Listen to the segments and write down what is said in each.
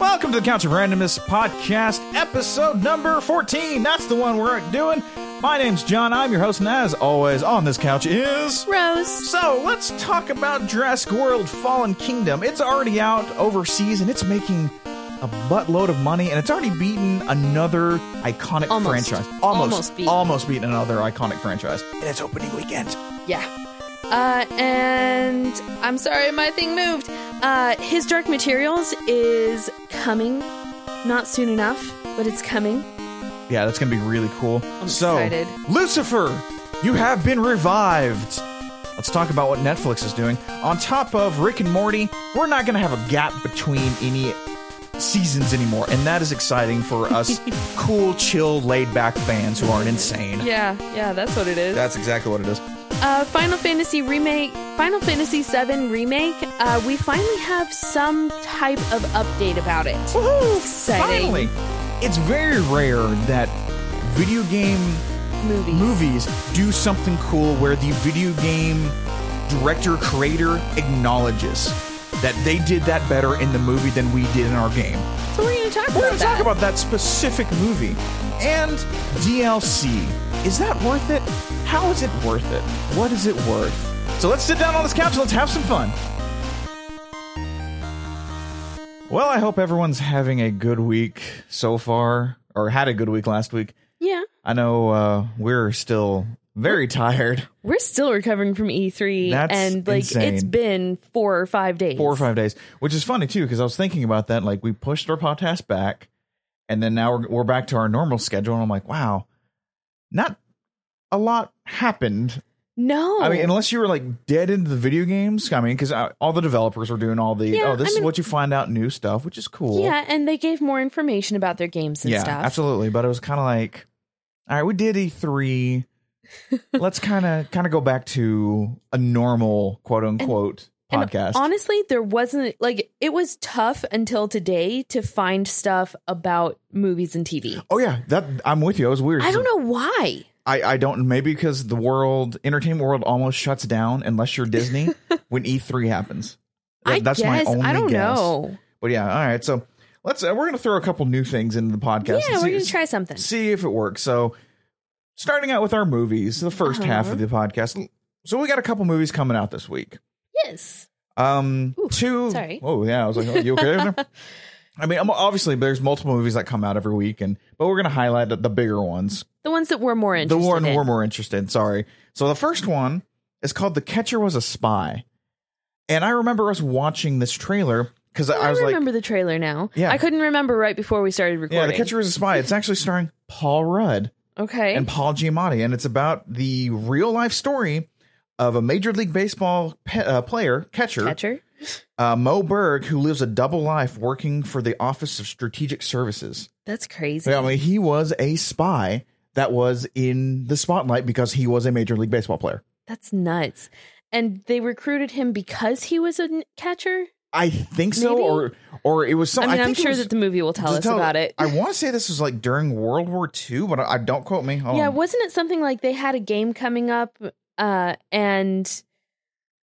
Welcome to the Couch of Randomness podcast, episode number 14. That's the one we're doing. My name's John. I'm your host, and as always, on this couch is. Rose. So let's talk about Jurassic World Fallen Kingdom. It's already out overseas and it's making a buttload of money and it's already beaten another iconic Almost. franchise. Almost beaten. almost beaten another iconic franchise. And it's opening weekend. Yeah. Uh, and I'm sorry, my thing moved. Uh, His Dark Materials is coming. Not soon enough, but it's coming. Yeah, that's gonna be really cool. so, excited. Lucifer, you have been revived. Let's talk about what Netflix is doing. On top of Rick and Morty, we're not gonna have a gap between any seasons anymore, and that is exciting for us cool, chill, laid back fans who aren't insane. Yeah, yeah, that's what it is. That's exactly what it is. Uh, Final Fantasy remake, Final Fantasy VII remake. Uh, we finally have some type of update about it. Woohoo! Exciting. Finally, it's very rare that video game Movie. movies do something cool where the video game director creator acknowledges that they did that better in the movie than we did in our game. So we're gonna talk We're about going to that. talk about that specific movie and DLC. Is that worth it? How is it worth it? What is it worth? So let's sit down on this couch and let's have some fun. Well, I hope everyone's having a good week so far, or had a good week last week. yeah, I know uh, we're still very tired. we're still recovering from E3, That's and like it's insane. been four or five days. Four or five days, which is funny too, because I was thinking about that. Like we pushed our podcast back, and then now we're we're back to our normal schedule. And I'm like, wow, not a lot happened. No, I mean, unless you were like dead into the video games. I mean, because all the developers were doing all the Yeah, oh, this I is mean- what you find out new stuff, which is cool. Yeah, and they gave more information about their games and yeah, stuff. absolutely. But it was kind of like, all right, we did E three. Let's kind of kind of go back to a normal quote unquote And podcast. honestly, there wasn't like it was tough until today to find stuff about movies and TV. oh yeah, that I'm with you. It was weird. I don't know why. I, I don't maybe because the world entertainment world almost shuts down unless you're Disney when E3 happens. I That- that's guess my only I don't guess. know. But yeah, all right. So let's uh, we're gonna throw a couple new things into the podcast. and yeah, we're see- gonna try something. see if it works. So, starting out with our movies, the 1st half Uh-huh. of the podcast. So we got a couple movies coming out this week. Yes, Um, Ooh, two. sorry. Oh yeah, I was like, oh, you okay? over there? I mean, I'm- obviously, there's multiple movies that come out every week, and but we're gonna highlight the, the bigger ones, the ones that we're more the interested. one in. we're more interested. in, Sorry. So the first one is called "The Catcher Was a Spy," and I remember us watching this trailer because Oh, I was like, remember the trailer now. Yeah. I couldn't remember right before we started recording. "Yeah, The Catcher Was a Spy." It's actually starring Paul Rudd. Okay. and Paul Giamatti, and it's about the real life story of a Major League Baseball pe- uh, player catcher, Catcher. Uh, Mo Berg, who lives a double life working for the Office of Strategic Services. That's crazy. I mean, he was a spy that was in the spotlight because he was a Major League Baseball player. That's nuts. And they recruited him because he was a n- catcher. I think so, Maybe? or or it was I something. mean, I am think it sure was- that the movie will tell to us about it. I want to say this was like during World War II, but I, I don't quote me. Hold Yeah, on. wasn't it something like they had a game coming up uh and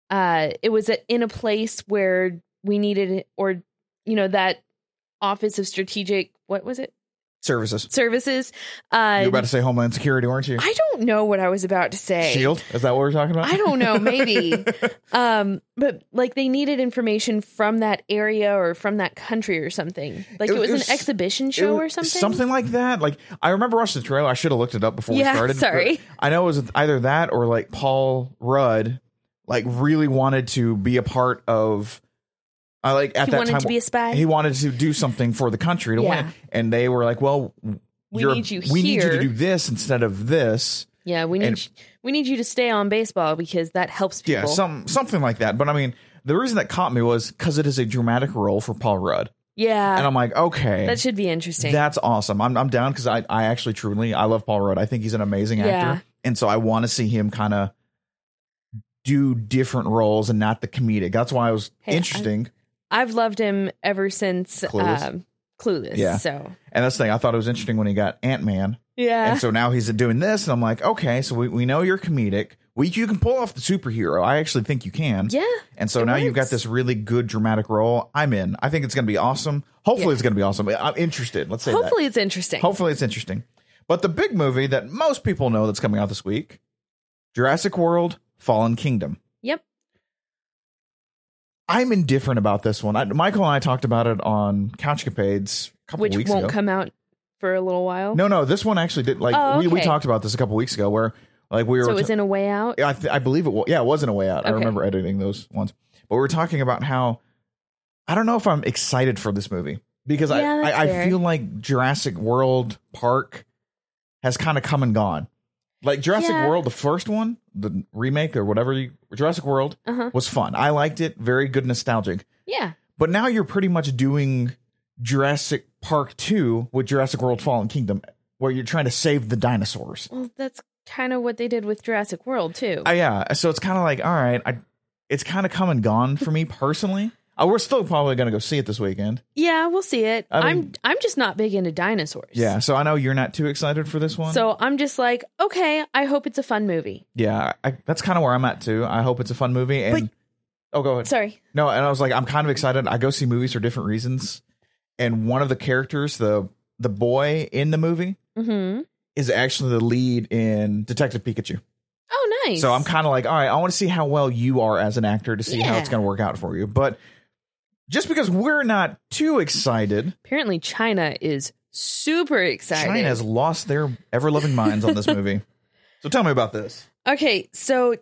uh it was a, in a place where we needed or you know that office of strategic what was it? services. services You're uh about to say Homeland Security, weren't you? I don't know what I was about to say. Shield? Is that what we're talking about? I don't know, maybe. um but like they needed information from that area or from that country or something. Like It was- it, was, it an was- exhibition It show was or something. Something like that. Like I remember watching the trailer. I should have looked it up before Yeah, we started. but sorry. I know it was either that or like Paul Rudd, like really wanted to be a part of. I like at He that wanted time to be a spy? He wanted to do something for the country to Yeah. win, and they were like, "Well, We you're- need you We need you to here." do this instead of this." Yeah, we need And- we need you to stay on baseball because that helps people. Yeah, some something like that. But I mean, the reason that caught me was because it is a dramatic role for Paul Rudd, Yeah, and I'm like, okay, that should be interesting. That's awesome. I'm I'm down because I I actually truly I love Paul Rudd. I think he's an amazing Yeah. actor, and so I want to see him kind of do different roles and not the comedic. That's why I was Hey, I- interesting. I've loved him ever since Clueless? Um, Clueless. Yeah. So and that's the thing I thought it was interesting when he got Ant Man, yeah, and so now he's doing this, and I'm like, okay, so we we know you're comedic. Well, you can pull off the superhero. I actually think you can. Yeah. And so It now you've got works. this really good dramatic role. I'm in. I think it's going to be awesome. Hopefully, Yeah. it's going to be awesome. I'm interested. Let's say that. Hopefully, it's interesting. Hopefully, it's interesting. But the big movie that most people know that's coming out this week Jurassic World Fallen Kingdom. Yep. I'm indifferent about this one. I, Michael and I talked about it on Couch Capades a couple Which weeks won't ago. come out for a little while. no, no, this one actually did. Like, Oh, we, we okay. talked about this a couple weeks ago where, like, we were. so it was in a way out. I, th- I believe it was. Yeah, it wasn't a way out. I Okay. remember editing those ones. But we were talking about how I don't know if I'm excited for this movie because Yeah, I, that's I, I fair. feel like Jurassic World Park has kind of come and gone. Like Jurassic Yeah. World, the first one, the remake or whatever, you, Jurassic World Uh huh. was fun. I liked it. Very good, nostalgic. Yeah. But now you're pretty much doing Jurassic Park 2 with Jurassic World Fallen Kingdom, where you're trying to save the dinosaurs. Well, that's kind of what they did with Jurassic World too. Uh, yeah. So it's kind of like, all right, I, it's kind of come and gone for me personally. Uh, we're still probably going to go see it this weekend. yeah, we'll see it. I I'm mean- I'm just not big into dinosaurs. Yeah. So I know you're not too excited for this one. So I'm just like, okay, I hope it's a fun movie. yeah, I, that's kind of where I'm at too. I hope it's a fun movie. And oh, go ahead. Sorry. No, and I was like, I'm kind of excited. I go see movies for different reasons, and one of the characters, the the boy in the movie, Mm-hmm. is actually the lead in Detective Pikachu. Oh, nice. So I'm kind of like, all right, I want to see how well you are as an actor to see how it's Yeah. going to work out for you. But just because we're not too excited, apparently China is super excited. China has lost their ever loving minds on this movie. So tell me about this. Okay, so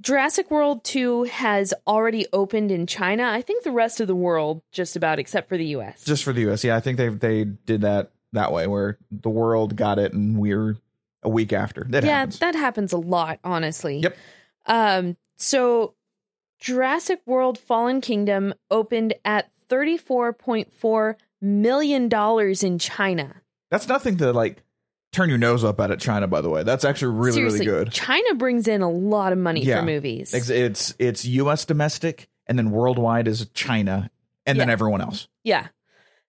Jurassic World 2 has already opened in China. I think the rest of the world, just about, except for the US. Just for the US. Yeah, I think they they did that that way where the world got it and we're a week after. That yeah, happens. that happens a lot, honestly. Yep. Um, so Jurassic World Fallen Kingdom opened at $34.4 million in China. That's nothing to like turn your nose up at at China by the way. That's actually really Seriously, really good. China brings in a lot of money Yeah. for movies. It's, it's it's US domestic and then worldwide is China and then Yeah. everyone else. Yeah.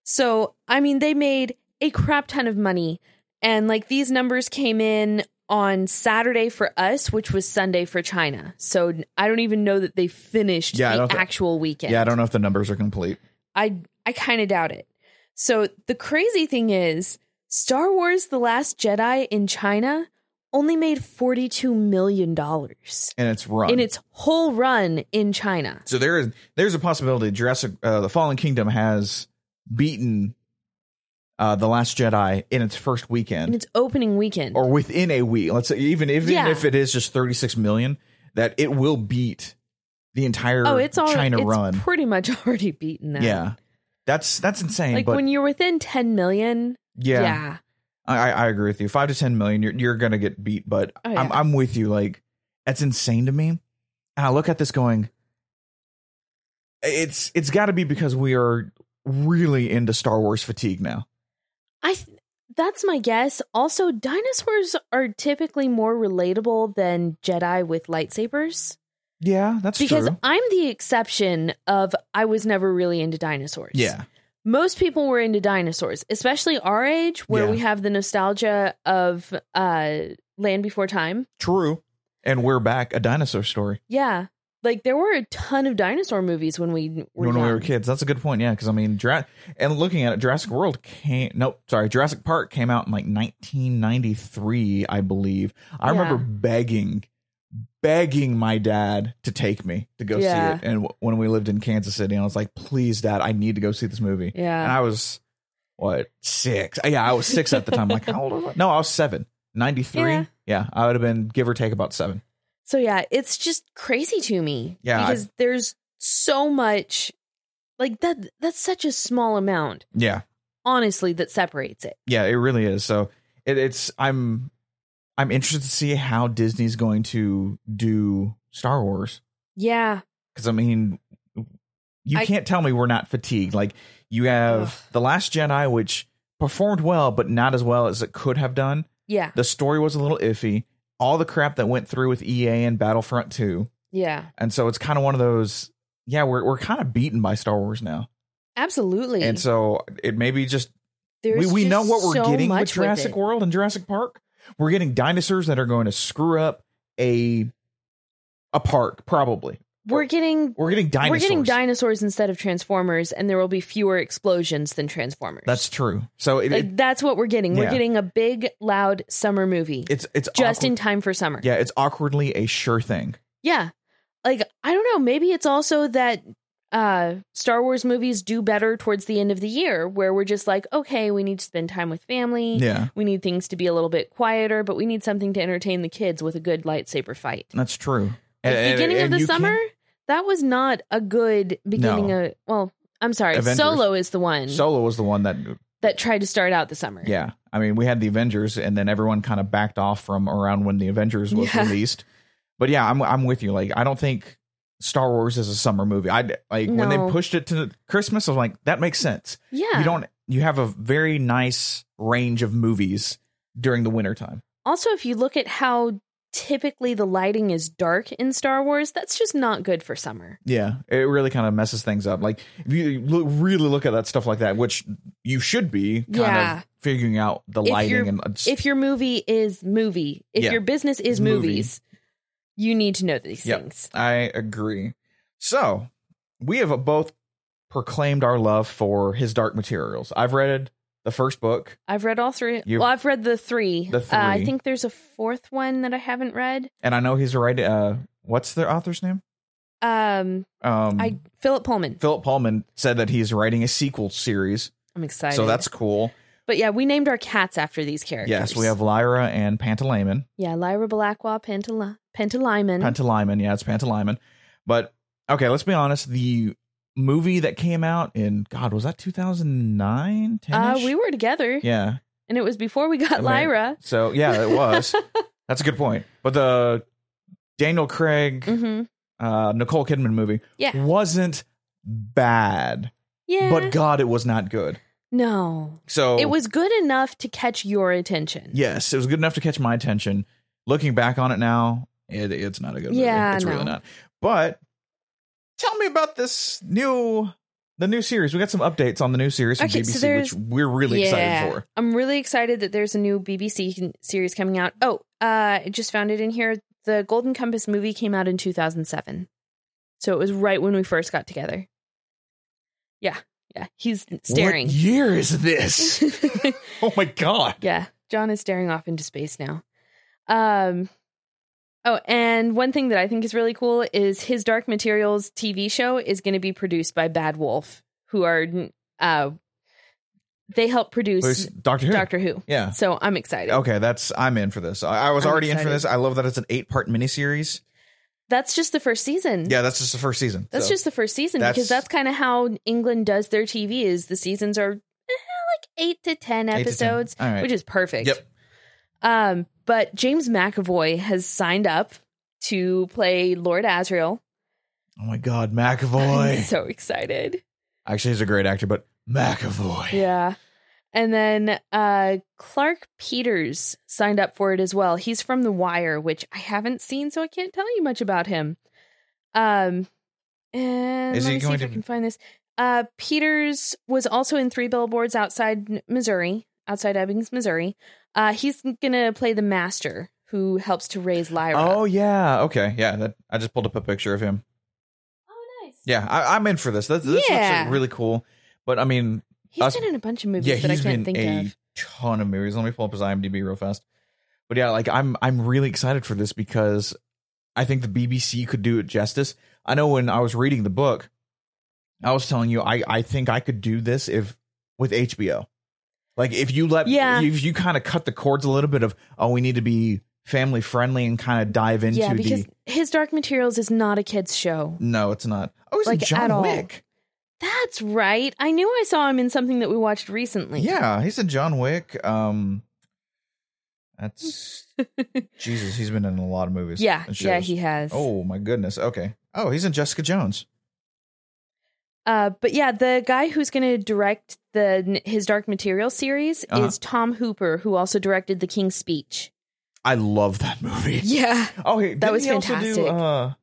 So, I mean, they made a crap ton of money. And like these numbers came in on Saturday for us, which was Sunday for China. So I don't even know that they finished Yeah, I don't the thi- actual weekend. Yeah, I don't know if the numbers are complete. I I kind of doubt it. So the crazy thing is, Star Wars: The Last Jedi in China only made forty two million dollars And it's run. in its whole run in China. So there is there's a possibility Jurassic uh, the Fallen Kingdom has beaten uh, the Last Jedi in its first In weekend its opening weekend, or within a week. Let's say even even Yeah. if it is just 36 million, that it will beat the entire oh, it's all China it's run. pretty much already beaten that. Yeah, that's that's insane. like but when you're within 10 million yeah, yeah, I, I agree with you. Five to 10 million, you're you're gonna get beat. But Oh, yeah. I'm I'm with you. Like that's insane to me. And I look at this going, it's it's got to be because we are really into Star Wars fatigue now. i th- that's my guess also dinosaurs are typically more relatable than jedi with lightsabers Yeah, that's because true. i'm the exception of i was never really into dinosaurs Yeah, most people were into dinosaurs especially our age where Yeah. we have the nostalgia of uh land before time true. And we're back a dinosaur story yeah like there were a ton of dinosaur movies when we were, when we were young. kids. That's a good point. Yeah, because I mean, Jura- and looking at it, Jurassic World came. Nope, sorry, Jurassic Park came out in like 1993, I believe. I Yeah. remember begging, begging my dad to take me to go Yeah. see it. And w- when we lived in Kansas City, and I was like, "Please, Dad, I need to go see this movie." And yeah I was what six? Uh, Yeah, I was six at the time. Like, how old was I? No, I was seven. 93. Yeah. yeah, I would have been give or take about seven. So yeah, it's just crazy to me. Yeah, I- Because there's so much like that that's such a small amount, Yeah. honestly, that separates it. yeah it really is so it, it's i'm i'm interested to see how disney's going to do star wars Yeah. because i mean you I- can't tell me we're not fatigued like you have Ugh. the last jedi which performed well but not as well as it could have done Yeah. the story was a little iffy all the crap that went through with ea and battlefront 2 Yeah. and so it's kind of one of those yeah we're, we're kind of beaten by star wars now Absolutely. and so it may be just there's we, we know just what we're so getting much with Jurassic it. World and Jurassic Park. We're getting dinosaurs that are going to screw up a a park, probably. We're getting We're getting dinosaurs. we're getting dinosaurs instead of Transformers, and there will be fewer explosions than Transformers. That's true. So it, like, it- that's what we're getting. We're Yeah. getting a big, loud summer movie it's it's just awkward- in time for summer. yeah, it's awkwardly a sure thing. Yeah. Like I don't know, maybe it's also that uh Star Wars movies do better towards the end of the year where we're just like, okay, we need to spend time with family. Yeah, We need things to be a little bit quieter, but we need something to entertain the kids with a good lightsaber fight. that's true. Like, And- and- beginning and of the you can- summer, that was not a good beginning No. of well, I'm sorry. Avengers. Solo is the one Solo was the one that that tried to start out the summer. yeah. I mean, we had the Avengers, and then everyone kind of backed off from around when the Avengers was Yeah. released. But yeah, I'm I'm with you. Like, I don't think Star Wars is a summer movie. I like when they No. pushed it to Christmas. I was like, that makes sense. Yeah. You don't. You have a very nice range of movies during the wintertime. also, if you look at how typically the lighting is dark in Star Wars, that's just not good for summer. Yeah, it really kind of messes things up. Like if you lo- really look at that stuff like that, which you should be kind Yeah. of figuring out the If lighting you're- and it's- if your movie is movie, if Yeah. your business is Movie. movies, you need to know these Yep. things. I agree. So we have both proclaimed our love for his Dark Materials. I've read the first book, I've read all three. You- well, I've read the three. The Uh, I three. think there's a fourth one that I haven't read. and I know he's right. Uh, what's the author's name? Um, Um, I Philip Pullman. Philip Pullman said that he's writing a sequel series, I'm excited. so that's cool. But yeah, we named our cats after these characters. Yes, we have Lyra and Pantalaimon. Yeah, Lyra Balakwa, Pantala, Pantalaimon. Pantalaimon. Yeah, it's Pantalaimon. But okay, let's be honest. The movie that came out in God was that 2009? uh, we were together, yeah. and it was before we got I mean- Lyra. So yeah, it was. That's a good point. But the Daniel Craig, hmm uh, Nicole Kidman movie Yeah. wasn't bad, Yeah. but God, it was not good. no, So it was good enough to catch your attention. Yes, it was good enough to catch my attention. Looking back on it now, it, it's not a good Yeah, movie. It's no. really not. But tell me about this new the new series. We got some updates on the new series from Okay, so BBC, there's- which we're really excited for. I'm really excited that there's a new BBC con- series coming out. Oh, uh, I just found it in here. The Golden Compass movie came out in 2007. So it was right when we first got together. Yeah. Yeah. He's staring. What year is this? oh my god. yeah. John is staring off into space now. Um, oh, and one thing that I think is really cool is his Dark Materials TV show is going to be produced by Bad Wolf, who are, uh, they help There's produce Doctor Who. Doctor Who. yeah. So I'm excited. Okay, that's I'm in for this. I, I was I'm already in for excited. this. I love that it's an eight part miniseries. That's just the first season. Yeah, that's just the first season. That's So, just the first season That's- because that's kind of how England does their TV is the seasons are eh, like 8 to 10 eight to ten. episodes, All right. which is perfect. Yep. Um but James McAvoy has signed up to play Lord Asriel. oh my god, I'm McAvoy. so excited. Actually, he's a great actor, but McAvoy. Yeah. And then uh Clark Peters signed up for it as well. He's from The Wire, which I haven't seen, so I can't tell you much about him. Um and Is let he me see going if I to- can find this. Uh Peters was also in Three Billboards outside Missouri, outside Ebbings, Missouri. Uh he's gonna play the master who helps to raise Lyra. Oh yeah. Okay. Yeah. That I just pulled up a picture of him. Oh, nice. Yeah, I, I'm in for this. This, this Yeah. looks really cool. But I mean, He's us- been in a bunch of movies yeah, that I he's can't been think a of. ton of movies. Let me pull up his IMDb real fast. But yeah, like I'm I'm really excited for this because I think the BBC could do it justice. I know when I was reading the book, I was telling you I I think I could do this if with HBO. Like if you let Yeah. if you kind of cut the cords a little bit of oh we need to be family friendly and kind of dive into Yeah, because the his Dark Materials is not a kid's show. no it's not oh he's in Like, at John all. Wick That's right. I knew I saw him in something that we watched recently. Yeah, he's in John Wick. Um, that's Jesus. He's been in a lot of movies. yeah, and yeah, shows. he has. Oh my goodness. Okay. Oh, he's in Jessica Jones. Uh, but yeah, the guy who's going to direct the his Dark Materials series Uh-huh. is Tom Hooper, who also directed The King's Speech. I love that movie. Yeah, Oh, hey, didn't was he also fantastic. do uh,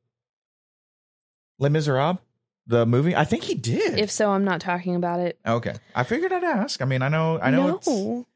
Les Miserables, the movie. I think he did. if so, I'm not talking about it. okay, I figured I'd ask. I mean, I know, I know. no,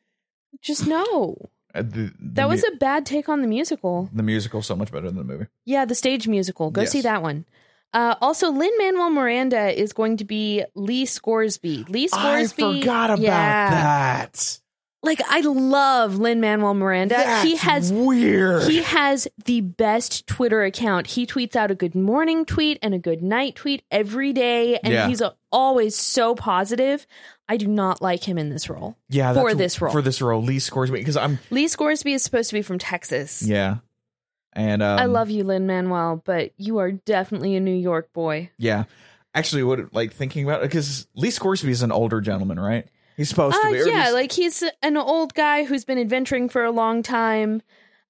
It's, just no. Uh, the- the That was mu- a bad take on the musical. the musical so much better than the movie. Yeah, the stage musical. Go Yes. see that one. Uh, also, Lin Manuel Miranda is going to be Lee Scoresby. Lee Scoresby. I forgot about yeah. that. Like I love Lin Manuel Miranda. he That's has weird. he has the best Twitter account. He tweets out a good morning tweet and a good night tweet every day, and Yeah. he's a, always so positive. I do not like him in this role. yeah, for that's- this role. for this role, Lee scores me because I'm Lee Scoresby is supposed to be from Texas. yeah, and um, I love you, Lin Manuel, but you are definitely a New York boy. yeah. Actually, what like thinking about because Lee Scoresby is an older gentleman, right? He's supposed Uh, to be. or yeah, he's- like he's an old guy who's been adventuring for a long time.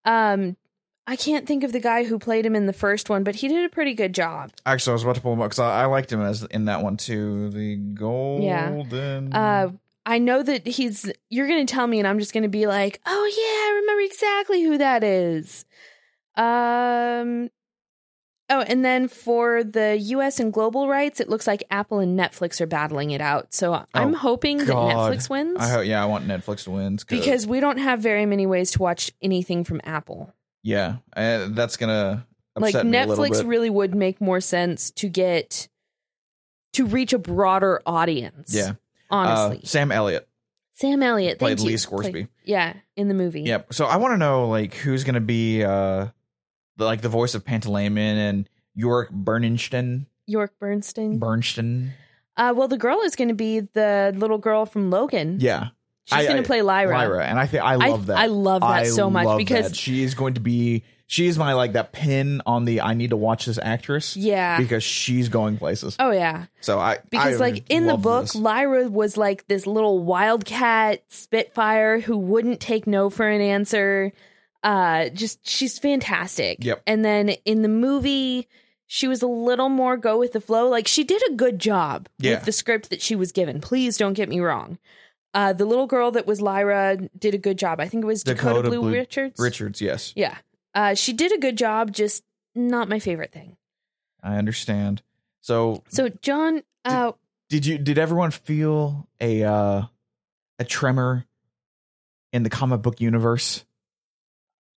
Um, I can't think of the guy who played him in the first one, but he did a pretty good job. actually, I was about to pull him up because I, I liked him as in that one too. The golden. Uh, I know that he's. You're going to tell me, and I'm just going to be like, "Oh yeah, I remember exactly who that is." Um. Oh, and then for the U.S. and global rights, it looks like Apple and Netflix are battling it out. So I'm hoping that Oh, God. Netflix wins I hope. Yeah, I want Netflix to win 'cause- because we don't have very many ways to watch anything from Apple. yeah, uh, that's gonna like upset me a little Netflix bit. really would make more sense to get to reach a broader audience. yeah, honestly, Uh, Sam Elliott. Sam Elliott played thank you. Lee Scoresby. Played- yeah, in the movie. Yep. So I want to know like who's gonna be uh the, like the voice of Pantaleon and York Bernstein. York Bernstein. Bernstein. Uh, well, the girl is going to be the little girl from Logan. Yeah, I- she's going I- to play Lyra. Lyra. And I think I I love that. I love that I so much love because that. she is going to be she is my like that pin on the I need to watch this actress yeah. because she's going places. Oh yeah, So I because I like in the love book, this. Lyra was like this little wildcat spitfire who wouldn't take no for an answer. Uh, just she's fantastic. Yep. And then in the movie, she was a little more go with the flow. Like she did a good job Yeah. with the script that she was given. Please don't get me wrong. Uh, the little girl that was Lyra did a good job. I think it was Dakota, Dakota Blue, Blue- Richards. Richards, yes. Yeah. Uh, she did a good job, just not my favorite thing. I understand. So So, John, uh, did you did everyone feel a uh a tremor in the comic book universe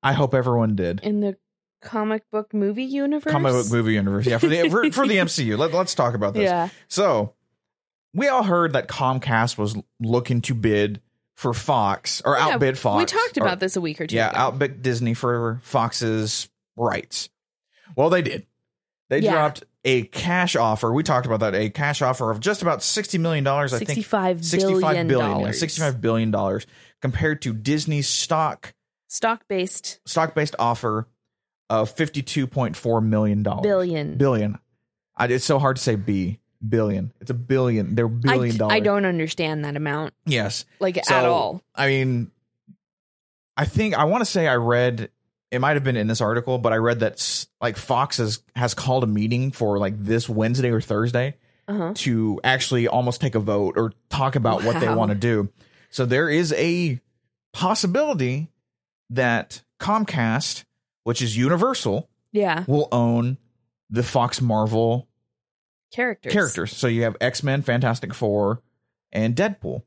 i hope everyone did in the comic book movie universe? comic book movie universe yeah for the for, for the mcu Let, let's talk about this Yeah. so we all heard that comcast was looking to bid for fox or Yeah, outbid fox we talked or- about this a week or two yeah ago. outbid disney for fox's rights well they did they Yeah. dropped a cash offer we talked about that a cash offer of just about 60 million dollars i think 65 65 billion billion yeah, dollars. 65 billion dollars compared to Disney's stock Stock based stock based offer of 52.4 million dollars billion. billion I, it's so hard to say b billion it's a billion they're billion I, dollars I don't understand that amount, yes like So- at all. I mean, I think I want to say I read it might have been in this article, but I read that s- like Fox has has called a meeting for like this Wednesday or Thursday Uh-huh. to actually almost take a vote or talk about what they Wow. want to do. So there is a possibility that Comcast, which is Universal, Yeah. will own the Fox Marvel Characters. characters. So you have X Men, Fantastic Four, and Deadpool.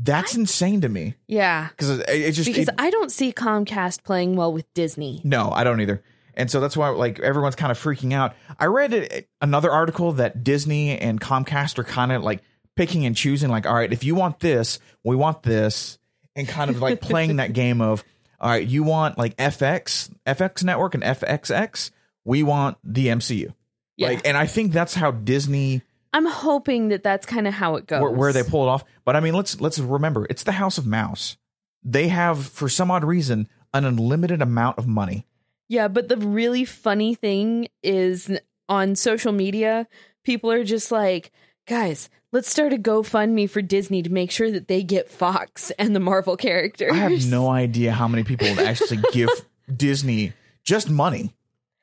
That's insane to me Yeah. because it, it just Because it- I don't see Comcast playing well with Disney. no, I don't either. And so that's why like everyone's kind of freaking out. I read it, another article that Disney and Comcast are kind of like picking and choosing. Like, all right, if you want this, we want this, and kind of like playing that game of, all right, you want like FX, FX Network, and FXX. We want the MCU. Yeah. Like, and I think that's how Disney I'm hoping that that's kind of how it goes. where, where they pull it off. But I mean, let's let's remember it's the House of Mouse. They have, for some odd reason, an unlimited amount of money. Yeah, but the really funny thing is n- on social media, people are just like, guys, let's start a GoFundMe for Disney to make sure that they get Fox and the Marvel characters. I have no idea how many people would actually give Disney just money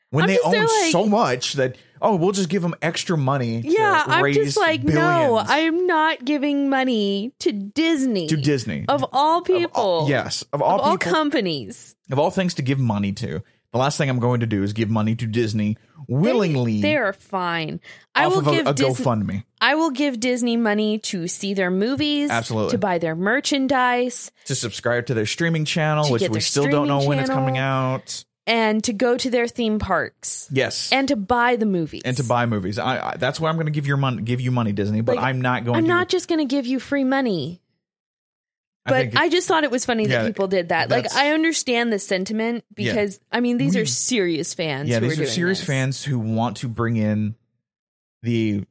when I'm they just own there like- so much that oh, we'll just give them extra money. to Yeah, I'm raise just like, no, billions I'm not giving money to Disney. to Disney Of all Of people. all- yes, of all Of all people, companies. of all things to give money to. The last thing I'm going to do is give money to Disney willingly They are fine. I off will of a, give a Disney. GoFundMe. I will give Disney money to see their movies, Absolutely. to buy their merchandise, to subscribe to their streaming channel, To which get we their still don't know streaming when it's coming out. and to go to their theme parks, Yes, and to buy the movies, and to buy movies. I, I that's why I'm going to give your money, give you money, Disney. But Like, I'm not going. I'm to, not just going to give you free money. I But think it- I, just thought it was funny Yeah, that people did that. Like that's- I understand the sentiment Yeah. because I mean these We- are serious fans. yeah, who these are doing serious this. fans who want to bring in the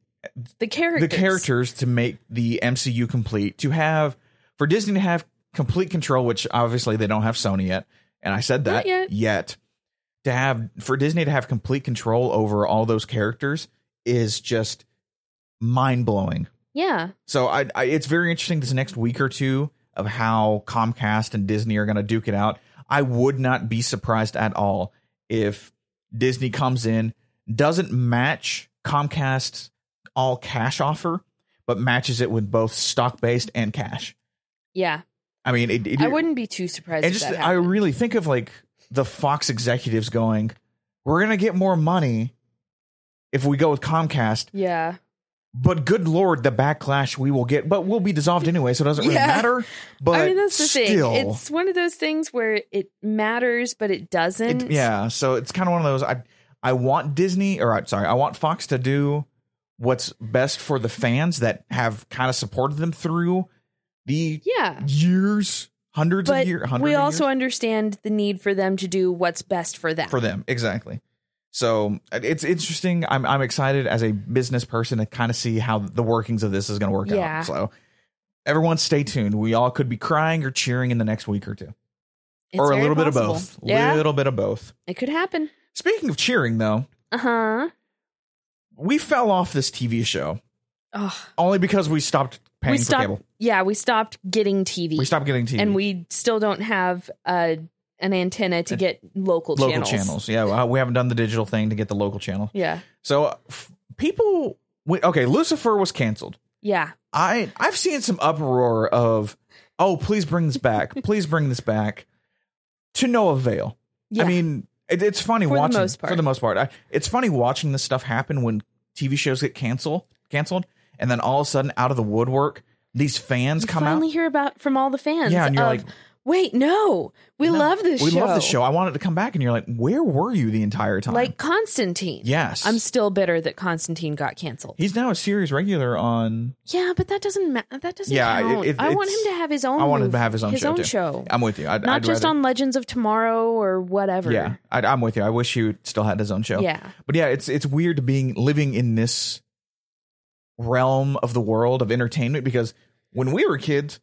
The characters. the characters to make the MCU complete. To have for Disney to have complete control, which obviously they don't have Sony yet, and I said that Not yet. To have for Disney to have complete control over all those characters is just mind blowing. Yeah, So I, I it's very interesting this next week or two of how Comcast and Disney are going to duke it out. I would not be surprised at all if Disney comes in doesn't match Comcast's all cash offer, but matches it with both stock based and cash. yeah. I mean, it, it, I wouldn't be too surprised. and if just that I happened. really think of like the Fox executives going, "We're going to get more money if we go with Comcast." yeah. But good lord, the backlash we will get. But we'll be dissolved anyway, so it doesn't really Yeah. matter. But I mean that's the still, thing. It's one of those things where it matters, but it doesn't. it- yeah. So it's kind of one of those. I I want Disney, or I'm sorry, I want Fox to do what's best for the fans that have kind of supported them through the Yeah. years, hundreds But of years. we also understand the need for them to do what's best for them. for them exactly. So uh, it's interesting. I'm I'm excited as a business person to kind of see how the workings of this is going to work Yeah. out. So everyone, stay tuned. We all could be crying or cheering in the next week or two. It's or a very little bit of possible. both. Yeah, Little bit of both. it could happen. Speaking of cheering, though, Uh huh. we fell off this TV show Oh, only because we stopped paying we for stopped. cable. Yeah, we stopped getting TV. We stopped getting TV and we still don't have uh, an antenna to And- get local Eh. local channels. channels. Yeah, well, we haven't done the digital thing to get the local channel. Yeah, So uh, f- people, we, okay, Lucifer was canceled. yeah. I I've seen some uproar of, oh, please bring this back, please bring this back, to no avail. yeah. I mean, it, it's funny For the watching most part. for the most part. I, it's funny watching this stuff happen when TV shows get canceled, canceled, and then all of a sudden, out of the woodwork, these fans you come finally out. hear about from all the fans. Yeah, and you're of, like, wait, no, we "No, love this. We show. love the show. I wanted to come back, and you're like, where were you the entire time? like Constantine. yes, I'm still bitter that Constantine got canceled. He's now a series regular on. yeah, but that doesn't ma- that doesn't Yeah, it- count. it- I want it's- him to have Oh, his own. I want him movie- to have his own show, too. I'm with you. I'd, not I'd just rather- on Legends of Tomorrow or whatever. Yeah, I'd, I'm with you. I wish he would still had his own show. yeah, but yeah, it's it's weird being living in this realm of the world of entertainment because when we were kids,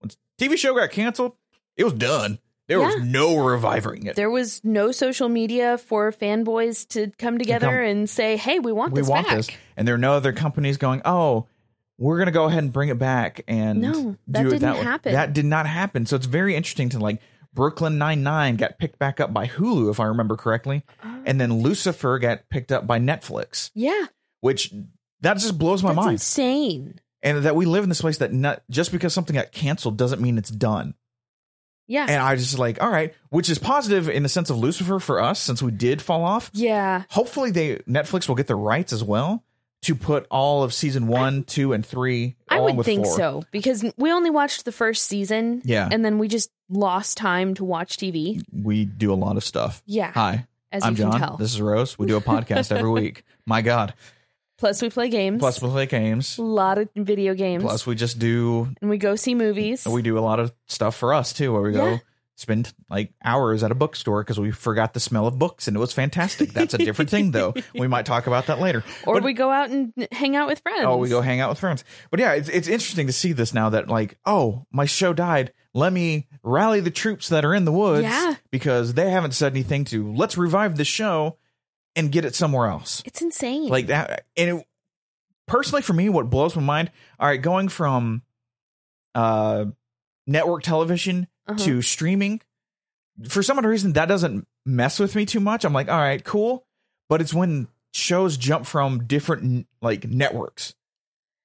when TV show got canceled, it was done. There was Yeah. no reviving it. There was no social media for fanboys to come together come- and say, "Hey, we want we this want back." this, and there are no other companies going. Oh, we're gonna go ahead and bring it back and No, that do it didn't that way. happen. That did not happen. So it's very interesting to like Brooklyn Nine Nine got picked back up by Hulu, if I remember correctly, and then Lucifer got picked up by Netflix, Oh. Yeah, which that just blows my that's mind. insane. and that we live in this place that not just because something got canceled doesn't mean it's done. Yeah, And I just like, all right, which is positive in the sense of Lucifer for us since we did fall off. yeah. Hopefully, they Netflix will get the rights as well to put all of season one, two, and three. I along would with think four. so because we only watched the first season. Yeah. and then we just lost time to watch TV. We do a lot of stuff. Yeah, Hi, as I'm you John. can tell. This is Rose. We do a podcast every week. My God. Plus, we play games. Plus, we play games. a lot of video games. Plus, we just do and we go see movies. we do a lot of stuff for us too, where we go Yeah. spend like hours at a bookstore because we forgot the smell of books and it was fantastic. That's a different thing though. We might talk about that later. or But- we go out and hang out with friends. Oh, we go hang out with friends. But yeah, it's, it's interesting to see this now that like, oh, my show died. Let me rally the troops that are in the woods Yeah. because they haven't said anything to let's revive the show and get it somewhere else It's insane. like that and it, personally for me what blows my mind all right going from uh network television Uh-huh. to streaming for some odd reason that doesn't mess with me too much i'm like all right cool but it's when shows jump from different like networks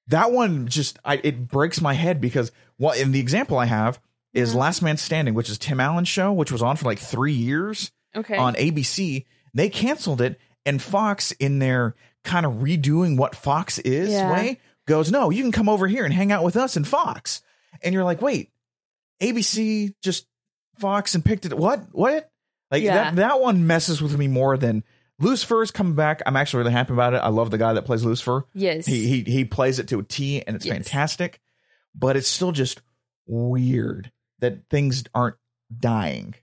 that one just I, it breaks my head because well in the example i have is Yeah. last man standing which is tim allen's show which was on for like three years Okay. on ABC. They canceled it, and Fox, in their kind of redoing what Fox is Yeah. way, goes, No, you can come over here and hang out with us in Fox. And you're like, Wait, ABC just Fox and picked it. What? What? Like Yeah. that, that one messes with me more than Lucifer's coming back. I'm actually really happy about it. I love the guy that plays Lucifer. yes. He he he plays it to a T and it's Yes. fantastic, but it's still just weird that things aren't dying.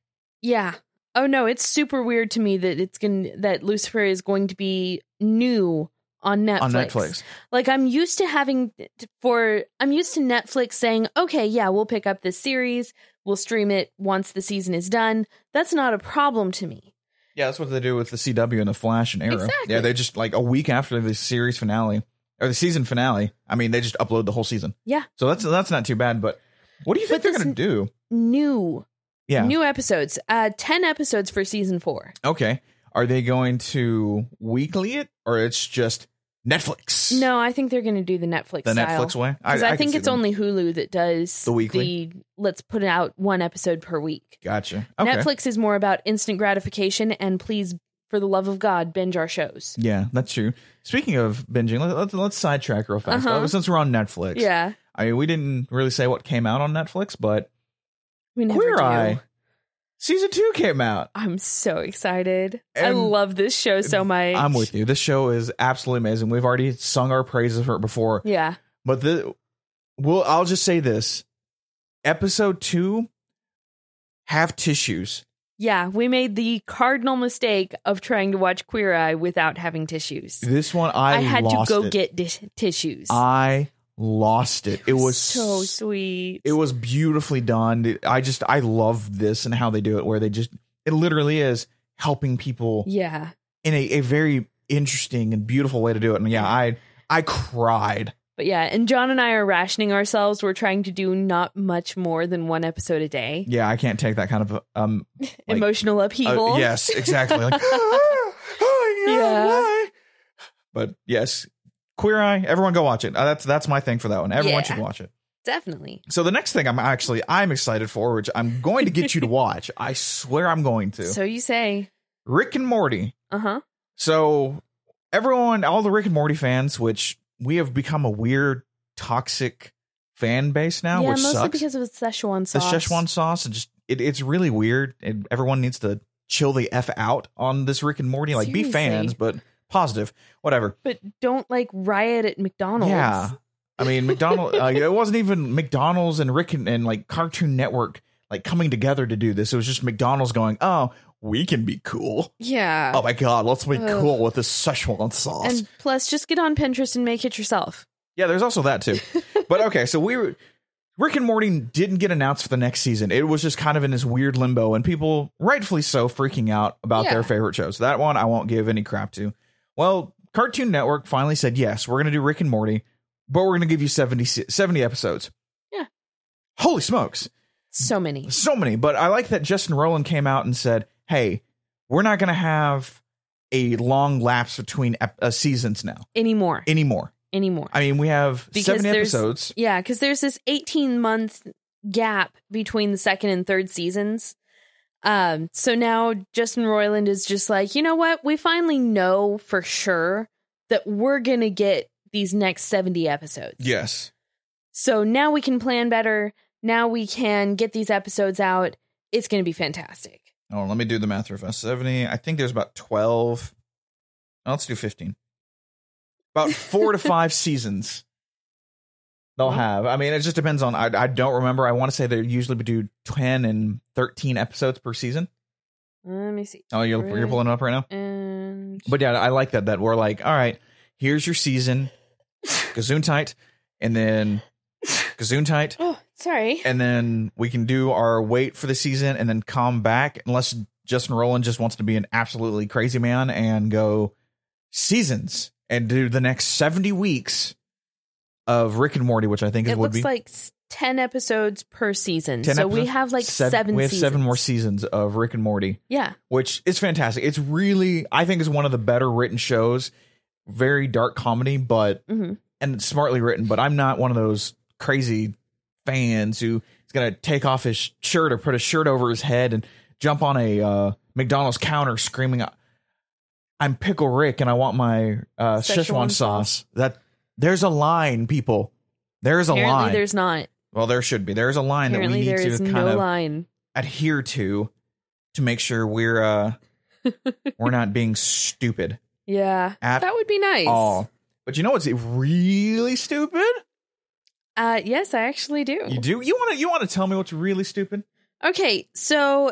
yeah. Oh no, it's super weird to me that it's going that Lucifer is going to be new on Netflix. on Netflix. Like I'm used to having for I'm used to Netflix saying, "Okay, yeah, we'll pick up this series, we'll stream it once the season is done." That's not a problem to me. Yeah, that's what they do with the CW and the Flash and Arrow. Exactly. Yeah, they just like a week after the series finale or the season finale. I mean, they just upload the whole season. Yeah. So that's that's not too bad. But what do you think But they're gonna this- do? New Yeah. new episodes. Uh 10 episodes for season 4. okay. Are they going to weekly it or it's just Netflix? No, I think they're going to do the Netflix The style. Netflix way. Because I, can think see it's them. only Hulu that does The weekly? the- let's put out one episode per week. gotcha. Okay. Netflix is more about instant gratification and please, for the love of God, binge our shows. Yeah, that's true. Speaking of binging, let, let, let's sidetrack real fast. Uh-huh. Uh, Since we're on Netflix, Yeah. I mean, we didn't really say what came out on Netflix, but We never Queer do. Eye season two came out. I'm so excited. I And- love this show so much. I'm with you. This show is absolutely amazing. We've already sung our praises for it before, Yeah. but the well, I'll just say this: episode two have tissues. Yeah. We made the cardinal mistake of trying to watch Queer Eye without having tissues. This one, I, had to lost go it. get dish- tissues. I lost it. It was so s- sweet. It was beautifully done. I just I love this and how they do it, where they just it literally is helping people yeah. in a, a very interesting and beautiful way to do it. And yeah, I I cried. But yeah, and John and I are rationing ourselves. We're trying to do not much more than one episode a day. Yeah, I can't take that kind of um Like- Emotional uh, upheaval. yes, exactly. Like oh, my God, Yeah. why? But yes, Queer Eye, everyone go watch it. Uh, that's that's my thing for that one. Everyone Yeah. should watch it. Definitely. So the next thing I'm actually I'm excited for, which I'm going to get you to watch. I swear I'm going to. So you say. Rick and Morty. Uh huh. So everyone, all the Rick and Morty fans, which we have become a weird toxic fan base now, yeah, which mostly sucks. because of the Szechuan the sauce. Szechuan sauce and just it, it's really weird. And everyone needs to chill the f out on this Rick and Morty. Like be Seriously. fans, but positive, whatever. But don't like riot at McDonald's. Yeah, I mean McDonald. uh, it wasn't even McDonald's and Rick and, and like Cartoon Network like coming together to do this. It was just McDonald's going, oh, we can be cool. Yeah. Oh my god, let's be Ugh. cool with this Szechuan sauce. and plus, just get on Pinterest and make it yourself. Yeah, there's also that too. but okay, so we were, Rick and Morty didn't get announced for the next season. It was just kind of in this weird limbo, and people, rightfully so, freaking out about Yeah. their favorite shows. That one I won't give any crap to. Well, Cartoon Network finally said, yes, we're going to do Rick and Morty, but we're going to give you 70, se- 70 episodes. Yeah. Holy smokes. Mm. So many. So many, but I like that Justin Rowland came out and said, hey, we're not going to have a long lapse between ep- uh, seasons now Anymore. anymore. Anymore. I mean, we have Because seven there's- episodes. Yeah, because there's this 18 month gap between the second and third seasons. Um, so now Justin Roiland is just like, you know what? We finally know for sure that we're going to get these next 70 episodes. Yes. So now we can plan better. Now we can get these episodes out. It's going to be fantastic. Oh, let me do the math real fast. 70. I think there's about 12. Oh, let's do 15. About four to five seasons they'll Wow. have. I mean, it just depends on. I, I don't remember. I want to say they usually do 10 and 13 episodes per season. Let me see. Oh, you're, you're Really? pulling it up right now? And But yeah, I like that. That we're like, all right, here's your season, Gazuntite, and then Gazuntite, oh, sorry. and then we can do our wait for the season and then come back unless Justin Rowland just wants to be an absolutely crazy man and go seasons and do the next 70 weeks of Rick and Morty, which I think it It would looks be like s- 10 episodes per season. 10 So we episodes? have like seven, we have seven seasons. more seasons of Rick and Morty, Yeah. which is fantastic. It's really, I think, is one of the better written shows. Very dark comedy, but hmm and it's smartly written, but I'm not one of those crazy fans who is going to take off his shirt or put a shirt over his head and jump on a uh, McDonald's counter screaming, "I'm Pickle Rick and I want my uh, Szechuan Szechuan sauce." That there's a line, people. There's a Apparently, line. there's not. well, there should be. There's a line that we Apparently, need there to is kind no of line. adhere to to make sure we're uh we're not being stupid Yeah, at that would be nice. all. But you know what's really stupid? Uh, yes, I actually do. You do you want to you want to tell me what's really stupid? Okay, so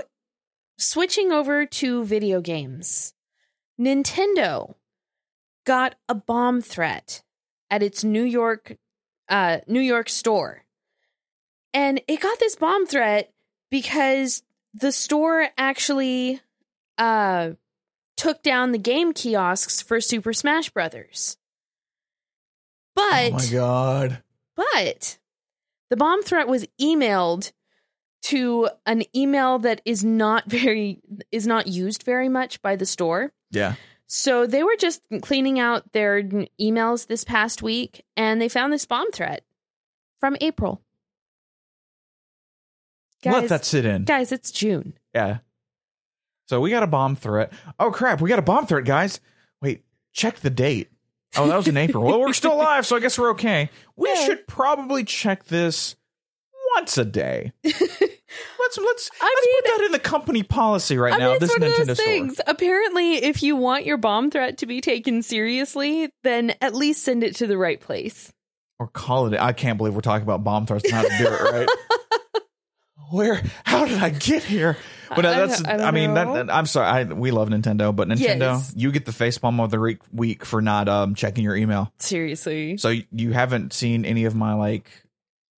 switching over to video games, Nintendo got a bomb threat at its New York, uh, New York store, and it got this bomb threat because the store actually uh, took down the game kiosks for Super Smash Brothers. But oh my god! but the bomb threat was emailed to an email that is not very is not used very much by the store. Yeah, So they were just cleaning out their emails this past week and they found this bomb threat from April. let that sit in. guys, it's June. Yeah. So we got a bomb threat. Oh crap, we got a bomb threat, guys. Wait, check the date. Oh, that was in April. Well, we're still alive, so I guess we're okay. We Yeah. should probably check this once a day. let's let's I let's put that in the company policy right I now. mean, it's this one Nintendo of those store. things. Apparently, if you want your bomb threat to be taken seriously, then at least send it to the right place. Or call it I can't believe we're talking about bomb threats and how to do it right. Where how did I get here? But uh, I- I that's don't- I, I don't mean that, know. that- I'm sorry. I we love Nintendo, but Nintendo, Yes. you get the face palm of the re- week for not um checking your email. Seriously. So you haven't seen any of my like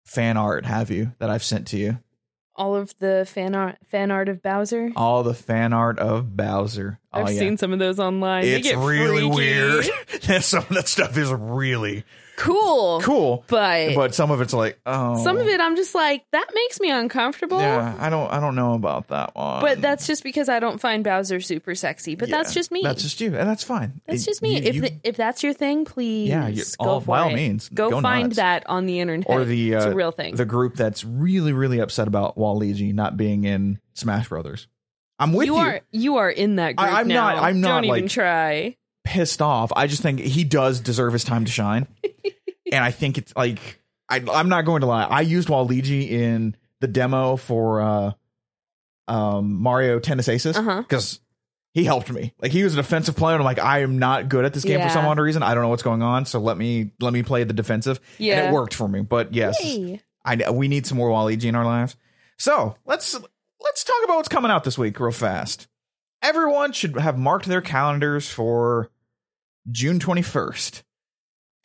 fan art, have you? That I've sent to you. all of the fan art fan art of Bowser. All the fan art of Bowser. Oh I've yeah. seen some of those online. They it's get really freaky. weird. some of that stuff is really Cool. cool, But, but some of it's like, oh, Oh. some of it I'm just like, that makes me uncomfortable. Yeah, I don't, I don't know about that one. But that's just because I don't find Bowser super sexy. But that's Yeah, just me. That's just you, and that's fine. That's It- just me. you- if you- the, if that's your thing, please yeah, you- go all, for by all it. means, go, find nuts. that on the internet. or the it's a uh, real thing. the group that's really, really upset about Waluigi not being in Smash Brothers. I'm with you. you are you are in that I- group I'm now. not- I'm not, Don't even like- try. pissed off. I just think he does deserve his time to shine. and I think it's like I, I'm not going to lie. I used Waluigi in the demo for uh, um, Mario Tennis Aces Uh-huh. because he helped me. Like he was an offensive player. And I'm like, I am not good at this game for Yeah. some odd reason. I don't know what's going on. So let me let me play the defensive. Yeah. and it worked for me. But yes, Yay. I know we need some more Waluigi in our lives. So let's let's talk about what's coming out this week real fast. Everyone should have marked their calendars for June twenty first.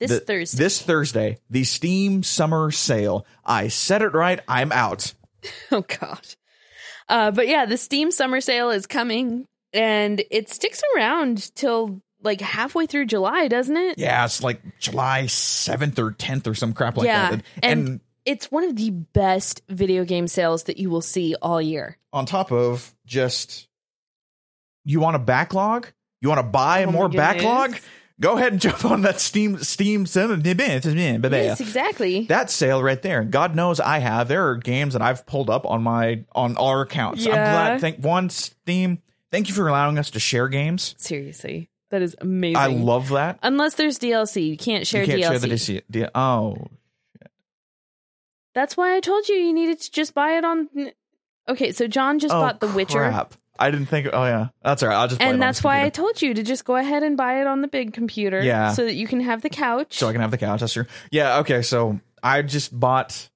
This the- Thursday. This Thursday, the Steam Summer Sale. I said it right. I'm out. Oh God. Uh, but yeah, the Steam Summer Sale is coming, and it sticks around till like halfway through July, doesn't it? Yeah, it's like July seventh or tenth or some crap like Yeah, that. and- It's one of the best video game sales that you will see all year. on top of just you want a backlog, you want to buy Oh my more goodness. backlog. Go ahead and jump on that Steam Steam Summer. Yes, exactly. that sale right there. And God knows I have. There are games that I've pulled up on my on our accounts. I'm Yeah. glad. Thank one Steam. Thank you for allowing us to share games. Seriously, that is amazing. I love that. Unless there's DLC, you can't share you can't DLC. share the DC. D- oh, That's why I told you you needed to just buy it on. Okay, so John just oh, bought The Witcher, crap. I didn't think. Oh yeah, that's all right. I'll just. play it on and that's this why I computer. told you to just go ahead and buy it on the big computer, Yeah. so that you can have the couch. so I can have the couch. That's true. Yeah. Okay. So I just bought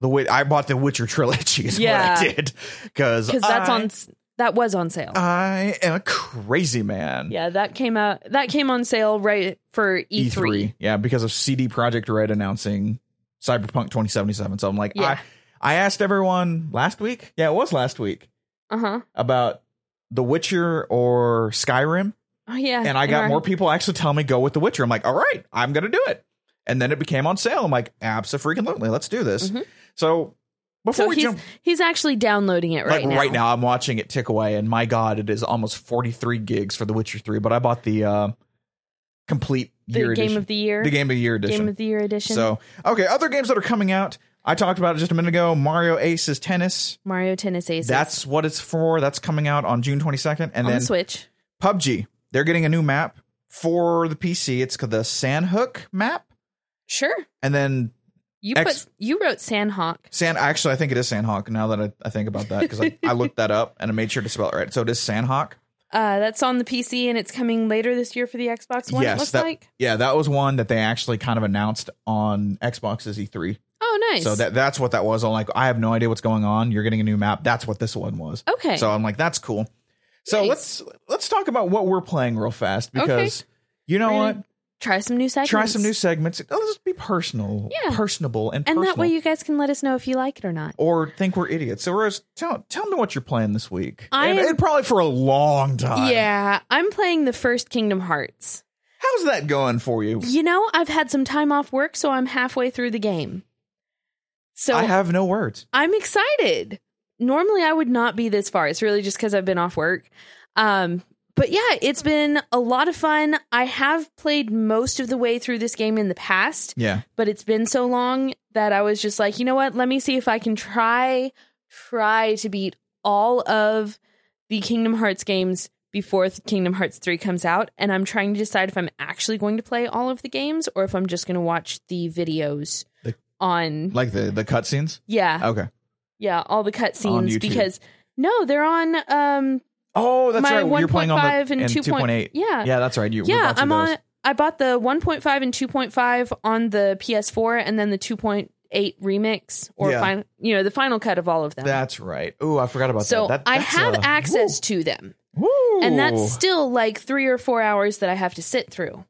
the Wit. I bought the Witcher trilogy. Is Yeah. what I did because because that's on s- that was on sale. Uh-huh. I am a crazy man. yeah, that came out that came on sale right for E E3. E3. E Yeah, because of CD Project Red announcing Cyberpunk 2077. So I'm like, Yeah. I, I asked everyone last week. Yeah, it was last week Uh-huh. about The Witcher or Skyrim, Oh yeah. and I got our- more people actually telling me go with The Witcher. I'm like, all right, I'm gonna do it. And then it became on sale. I'm like, absolutely, let's do this. Mhm. So before So we he's jump, he's actually downloading it right like now. right now, I'm watching it tick away, and my God, it is almost 43 gigs for The Witcher 3. But I bought the uh, complete The year game edition, of the year. the Game of the Year edition. Game of the year edition. So, okay, other games that are coming out. I talked about it just a minute ago. Mario Aces Tennis. Mario Tennis Aces That's what it's for. That's coming out on June 22nd. And on then the Switch. PUBG. They're getting a new map for the PC. It's called the Sandhook map. Sure. And then You Ex- put you wrote Sandhawk. Sand, actually, I think it is Sandhawk now that I, I think about that because I, I looked that up and I made sure to spell it right. So it is Sandhawk. Uh, that's on the PC and it's coming later this year for the Xbox One. Yes, it looks that- like. Yeah, that was one that they actually kind of announced on Xbox's E E3. Oh, nice. So that that's what that was. I'm like, I have no idea what's going on. You're getting a new map. That's what this one was. okay. So I'm like, that's cool. So Nice. let's let's talk about what we're playing real fast because you know We're what? gonna try some new segments. Try some new segments. Let's just be personal, Yeah. personable, and and personal. that way you guys can let us know if you like it or not. or think we're idiots. So, Rose, tell tell me what you're playing this week. I and, am- and probably for a long time. Yeah, I'm playing the first Kingdom Hearts. How's that going for you? You know, I've had some time off work, so I'm halfway through the game. So I have no words. I'm excited. Normally, I would not be this far. It's really just because I've been off work. Um, but yeah, it's been a lot of fun. I have played most of the way through this game in the past, Yeah. but it's been so long that I was just like, you know what? Let me see if I can try try to beat all of the Kingdom Hearts games before th- Kingdom Hearts 3 comes out, and I'm trying to decide if I'm actually going to play all of the games or if I'm just going to watch the videos The- on Like the the cutscenes. yeah, Okay. yeah, all the On cutscenes YouTube. because no, they're on um Oh, that's my right. You're playing on 1.5 the and, 2.8. Yeah. Yeah, that's right. You we Yeah, bought you I'm those. on. I bought the 1.5 and 2.5 on the PS4, and then the 2.8 remix or Yeah. final, you know, the final cut of all of them. That's right. Oh, I forgot about so that. that I that's, have uh, access to them, woo, woo. and that's still like three or four hours that I have to sit through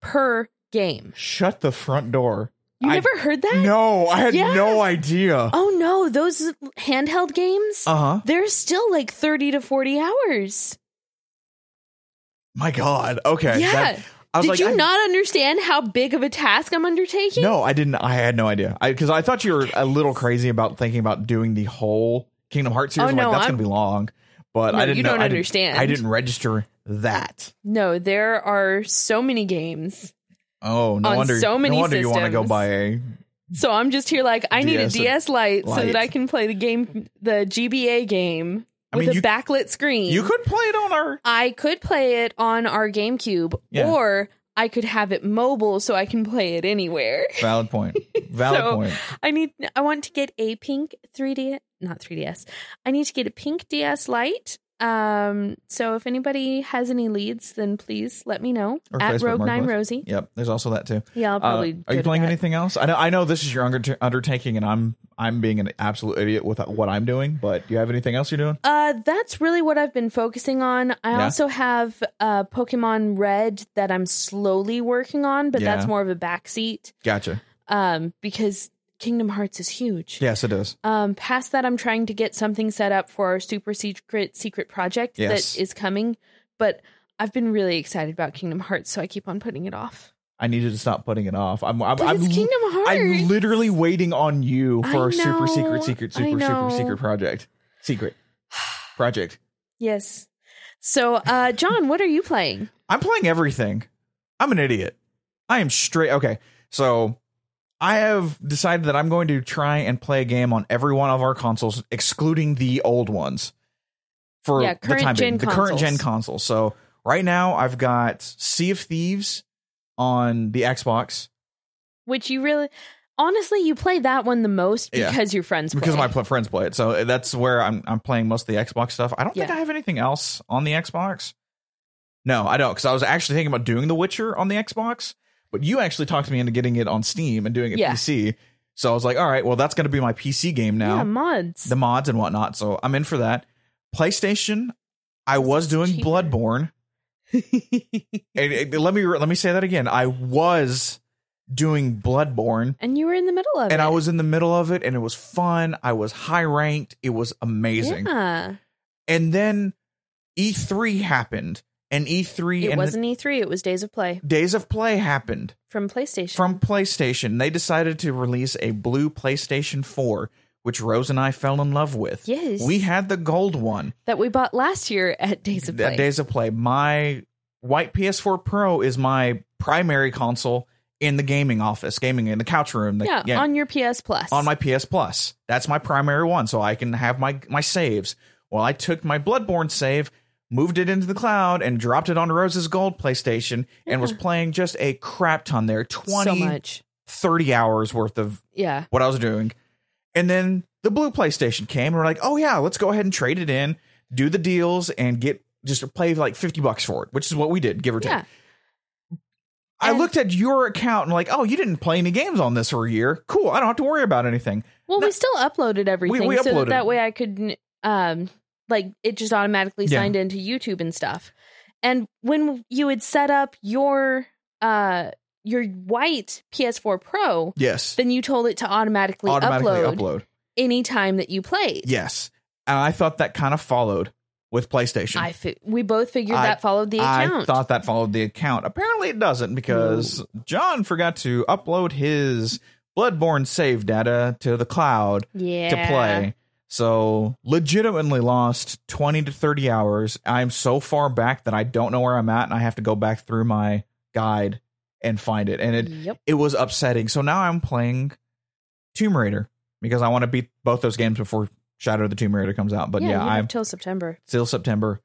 per game. shut the front door. You I- never heard that? No, I had Yeah. no idea. Oh no, those handheld games. Uh huh. they're still like 30 to 40 hours. My God. Okay. Yeah. that- I was Did like, you I- not understand how big of a task I'm undertaking? No, I didn't. I had no idea. Because I, thought you were a little crazy about thinking about doing the whole Kingdom Hearts series. Oh, I'm no, like, that's I'm- going to be long. But No, I didn't you know- don't I didn't- understand. I didn't register that. No, there are so many games. Oh, no On wonder. so many no wonder you want to go systems. buy a. So I'm just here like I need a DS DS Lite, so Lite. that I can play the game the GBA game I with mean, a you- backlit screen. You could play it on our. I could play it on our GameCube Yeah. or I could have it mobile so I can play it anywhere. Valid point. Valid So- point. I need I want to get a pink 3D not 3DS. I need to get a pink DS Lite. Um so if anybody has any leads then please let me know Or at Facebook Rogue9 Marketplace. Rosie. Yep. There's also that too. Yeah, I'll Uh, probably are go you to playing that. anything else? I know. I know this is your under- undertaking, and I'm I'm being an absolute idiot with what I'm doing. But do you have anything else you're doing? Uh, that's really what I've been focusing on. I Yeah. also have uh, Pokemon Red that I'm slowly working on, but Yeah. that's more of a backseat Gotcha. um, because Kingdom Hearts is huge. Yes, it is. Um, past that, I'm trying to get something set up for our super secret secret project Yes. that is coming, but I've been really excited about Kingdom Hearts, so I keep on putting it off. I need you to stop putting it off. I'm. I'm, But I'm it's Kingdom Hearts. I'm literally waiting on you I for a super know, secret, secret, I super, super know. secret project. Secret project. yes. So, uh, John, what are you playing? I'm playing everything. I'm an idiot. I am straight. Okay. So I have decided that I'm going to try and play a game on every one of our consoles, excluding the old ones for Yeah, the current time being, gen the current gen consoles. console. So right now I've got Sea of Thieves on the Xbox Which you really, honestly, you play that one the most Yeah. because your friends. because play. my pl- friends play it. So uh, that's where I'm I'm playing most of the Xbox stuff. I don't think Yeah. I have anything else on the Xbox. No, I don't because I was actually thinking about doing The Witcher on the Xbox, but you actually talked me into getting it on Steam and doing it Yeah. PC. So I was like, all right, well that's going to be my PC game now, Yeah, mods. the mods and whatnot. So I'm in for that. PlayStation, I was doing cheaper. Bloodborne. And, and let me let me say that again. I was doing Bloodborne and you were in the middle of it. and I was in the middle of it, and it was fun. I was high ranked. It was amazing. Yeah. And then E3 happened, and E3 It and wasn't E3, it was Days of Play Days of Play happened from PlayStation. from PlayStation. They decided to release a blue PlayStation 4, which Rose and I fell in love with. Yes. We had the gold one that we bought last year at Days of Play. at Days of Play. My white PS4 Pro is my primary console. in the gaming office, gaming in the couch room. the- yeah, on your PS Plus. on my PS Plus. That's my primary one, so I can have my my saves. Well, I took my Bloodborne save, moved it into the cloud, and dropped it on Rose's Gold PlayStation, and was Yeah. playing just a crap ton there 20, Mm-hmm. so much. 30 hours worth of Yeah, what I was doing. And then the blue PlayStation came, and we're like, oh yeah, let's go ahead and trade it in, do the deals, and get just play like 50 bucks for it, which is what we did, give or take. yeah. I And- looked at your account and like, oh, you didn't play any games on this for a year. Cool. I don't have to worry about anything. Well, No- we still uploaded everything, we so uploaded. that, that way I could, um, like it just automatically Yeah. signed into YouTube and stuff. And when you had set up your uh your white PS4 Pro, Yes. then you told it to automatically, automatically upload, upload. any time that you played. Yes. And I thought that kind of followed with PlayStation. I fi- we both figured I- that followed the I account. thought that followed the account. Apparently it doesn't because John forgot to upload his Bloodborne save data to the cloud yeah. to play. So legitimately lost 20 to 30 hours. I'm so far back that I don't know where I'm at and I have to go back through my guide and find it. And it Yep. it was upsetting. So now I'm playing Tomb Raider because I want to beat both those games before Shadow of the Tomb Raider comes out. But yeah, you have I'm till September. still September.